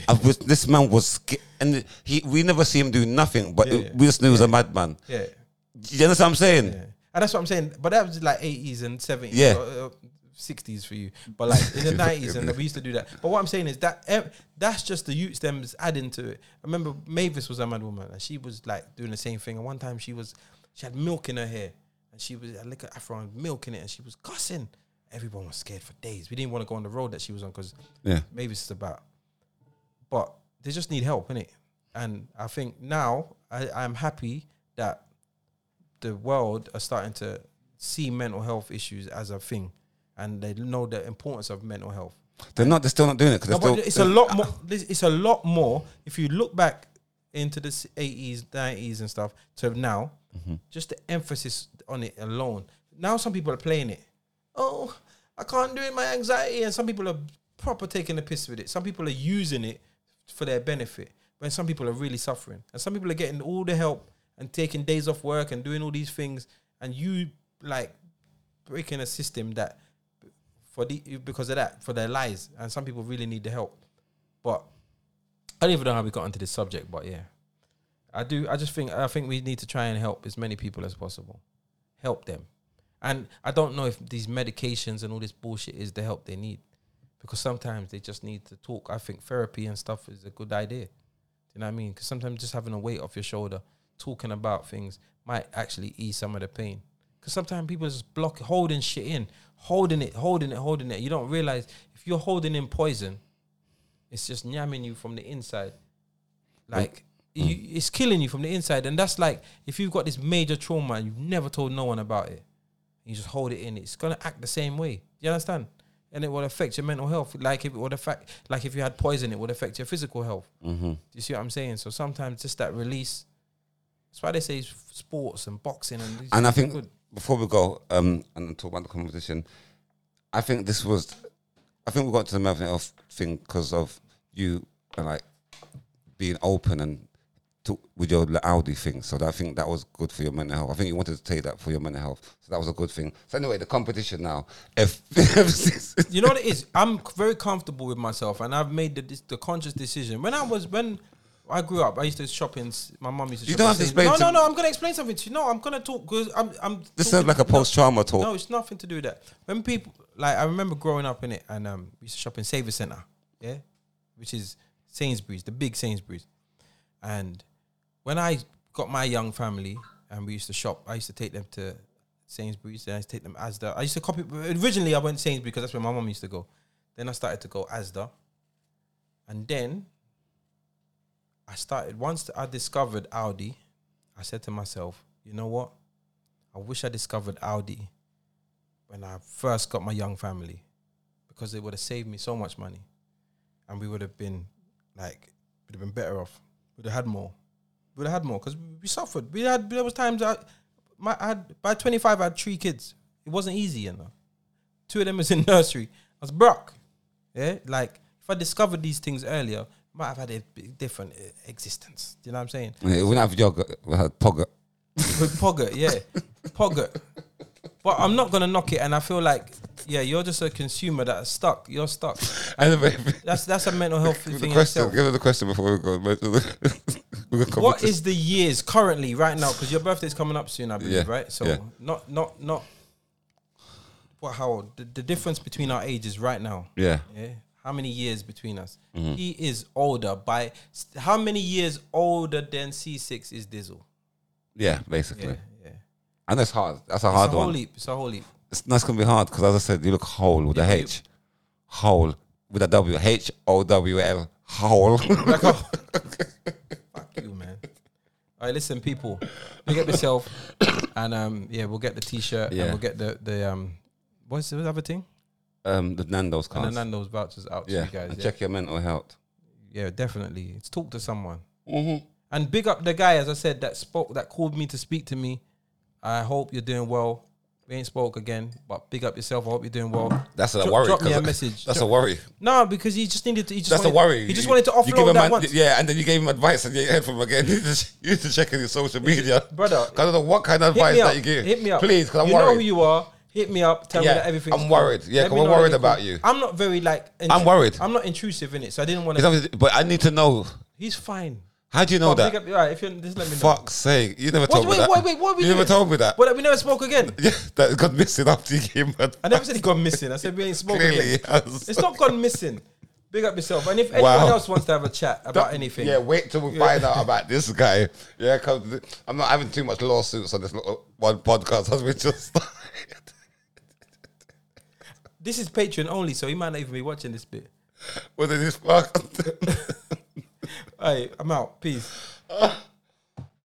I was, this man was, sca- and he we never see him do nothing, but
Yeah, yeah.
we just knew he was a madman.
Yeah.
You understand what I'm saying?
Yeah. And that's what I'm saying. But that was like 80s and 70s.
Yeah.
uh, uh, 60s for you. But like in the 90s, and we used to do that. But what I'm saying is that ev- that's just the youths them's adding to it. I remember Mavis was a mad woman and she was like doing the same thing. And one time she was, she had milk in her hair and she was like an afro and milk in it and she was cussing. Everyone was scared for days. We didn't want to go on the road that she was on because
Yeah.
Mavis is about. But they just need help, innit? And I think now I, I'm happy that the world are starting to see mental health issues as a thing, and they know the importance of mental health.
They're not. They're still not doing it
No,
because
but
they're
it's
still.
a lot more. this- It's a lot more. If you look back into the eighties, nineties, and stuff to now, just the emphasis on it alone. Now some people are playing it. Oh, I can't do it. My anxiety, and some people are proper taking the piss with it. Some people are using it for their benefit, when some people are really suffering, and some people are getting all the help and taking days off work and doing all these things, and you like breaking a system that for the because of that for their lies, and some people really need the help. But I don't even know how we got onto this subject, but yeah, I do. I just think I think we need to try and help as many people as possible, help them, and I don't know if these medications and all this bullshit is the help they need, because sometimes they just need to talk. I think therapy and stuff is a good idea. Do you know what I mean? Because sometimes just having a weight off your shoulder, talking about things might actually ease some of the pain. Because sometimes people just block, holding shit in, holding it, holding it, holding it. You don't realize if you're holding in poison, it's just yamming you from the inside. Like, you, it's killing you from the inside. And that's like if you've got this major trauma and you've never told no one about it, you just hold it in, it's going to act the same way. You understand? And it will affect your mental health. Like if it would affect, like if you had poison, it would affect your physical health.
Mm-hmm.
Do you see what I'm saying? So sometimes just that release. That's why they say s- sports and boxing and. these
And I
things are
think before we go um, and talk about the competition, I think this was. I think we got to the mental health thing because of you uh, like being open and talk with your Audi thing. So I think that was good for your mental health. I think you wanted to take that for your mental health. So that was a good thing. So anyway, the competition now. If,
you know what it is? I'm c- very comfortable with myself, and I've made the dis- the conscious decision. When I was when I grew up. I used to shop in. s- My mum used to.
You
shop
don't
in
have to
Sainsbury's.
explain
No,
to-
no, no. I'm gonna explain something to you. No, I'm gonna talk because I'm. I'm talking-
This sounds like a post trauma talk.
No, it's nothing to do with that. When people like, I remember growing up in it, and um, we used to shop in Saver Center, yeah, which is Sainsbury's, the big Sainsbury's. And when I got my young family, and we used to shop, I used to take them to Sainsbury's. Then I used to take them Asda. I used to copy. Originally, I went Sainsbury's because that's where my mum used to go. Then I started to go Asda, and then I started once I discovered Audi. I said to myself, you know what? I wish I discovered Audi when I first got my young family because it would have saved me so much money and we would have been like, would have been better off. We'd have had more. We'd have had more because we suffered. We had, there was times I, my, I had, by 25, I had three kids. It wasn't easy, you know. Two of them was in nursery. I was broke. Yeah, like if I discovered these things earlier, might have had a b- different uh, existence. Do you know what I'm saying?
Yeah, We don't have yogurt. We had pogger.
With Pogger, yeah. Pogger. But I'm not gonna knock it and I feel like yeah, you're just a consumer that's stuck. You're stuck.
Anyway,
That's that's a mental health
give
thing
the
in
question.
itself.
Give her the question before we go. We're gonna come
What
to-
is the years currently right now? Because your birthday's coming up soon, I believe,
Yeah,
right? So
yeah.
not not not what how old? The, the difference between our ages right now.
Yeah.
Yeah. How many years between us?
Mm-hmm.
He is older by how many years older than C6 is Dizzle?
Yeah, basically.
Yeah, yeah.
And that's hard. That's a
It's a
hard
whole
one.
leap. It's a whole leap.
It's, that's going to be hard because, as I said, you look whole with a
Yeah, you-
H. Whole with a W. H O W L. Whole.
Like, oh, fuck you, man. All right, listen, people, pick up yourself, and um, yeah, we'll get the t-shirt,
Yeah.
and we'll get the the um, what's the other thing?
um, the Nando's
And the
cards.
Nando's vouchers out to
yeah.
you guys.
and
Yeah.
check your mental health.
yeah, definitely. It's talk to someone,
Mm-hmm.
and big up the guy, as I said, that spoke, that called me to speak to me. I hope you're doing well. We ain't spoke again, but big up yourself. I hope you're doing well.
That's a
Dro-
worry.
Drop me
'cause
a message.
That's
Dro-
a worry.
no, because he just needed to. He just
That's a
wanted-
worry.
He just wanted to offload
you give him
that
ad-
once.
Yeah, and then you gave him advice and you heard from him again. you just- you need to check on your social media.
Brother,
'Cause I don't know what kind of
Hit
advice
me up.
that you give.
Hit me up,
Please, because I'm
you know
worried.
who you are. Hit me up. Tell
Yeah,
me that everything.
I'm worried. Yeah, 'cause we're worried about you.
I'm not very like. int-
I'm worried.
I'm not intrusive in it, so I didn't want
It's
to.
obviously- but I need to know.
He's fine.
How do you know
But
that?
pick up- alright, if you're, just let me know.
Fuck's sake. You never
What,
told me
wait,
that.
wait, wait, what are we
You
doing?
never told me that.
What, we never spoke again.
Yeah, that got missing after you came back.
I never said he gone missing. I said we ain't spoken
Clearly,
again.
yes.
It's not gone missing. Big up yourself. And if anyone
Wow.
else wants to have a chat about anything,
Yeah, wait till we find out about this guy. Yeah, because I'm not having too much lawsuits on this little one podcast as we just started.
this is Patreon only, so he might not even be watching this bit.
What is this fuck?
All right, I'm out. Peace.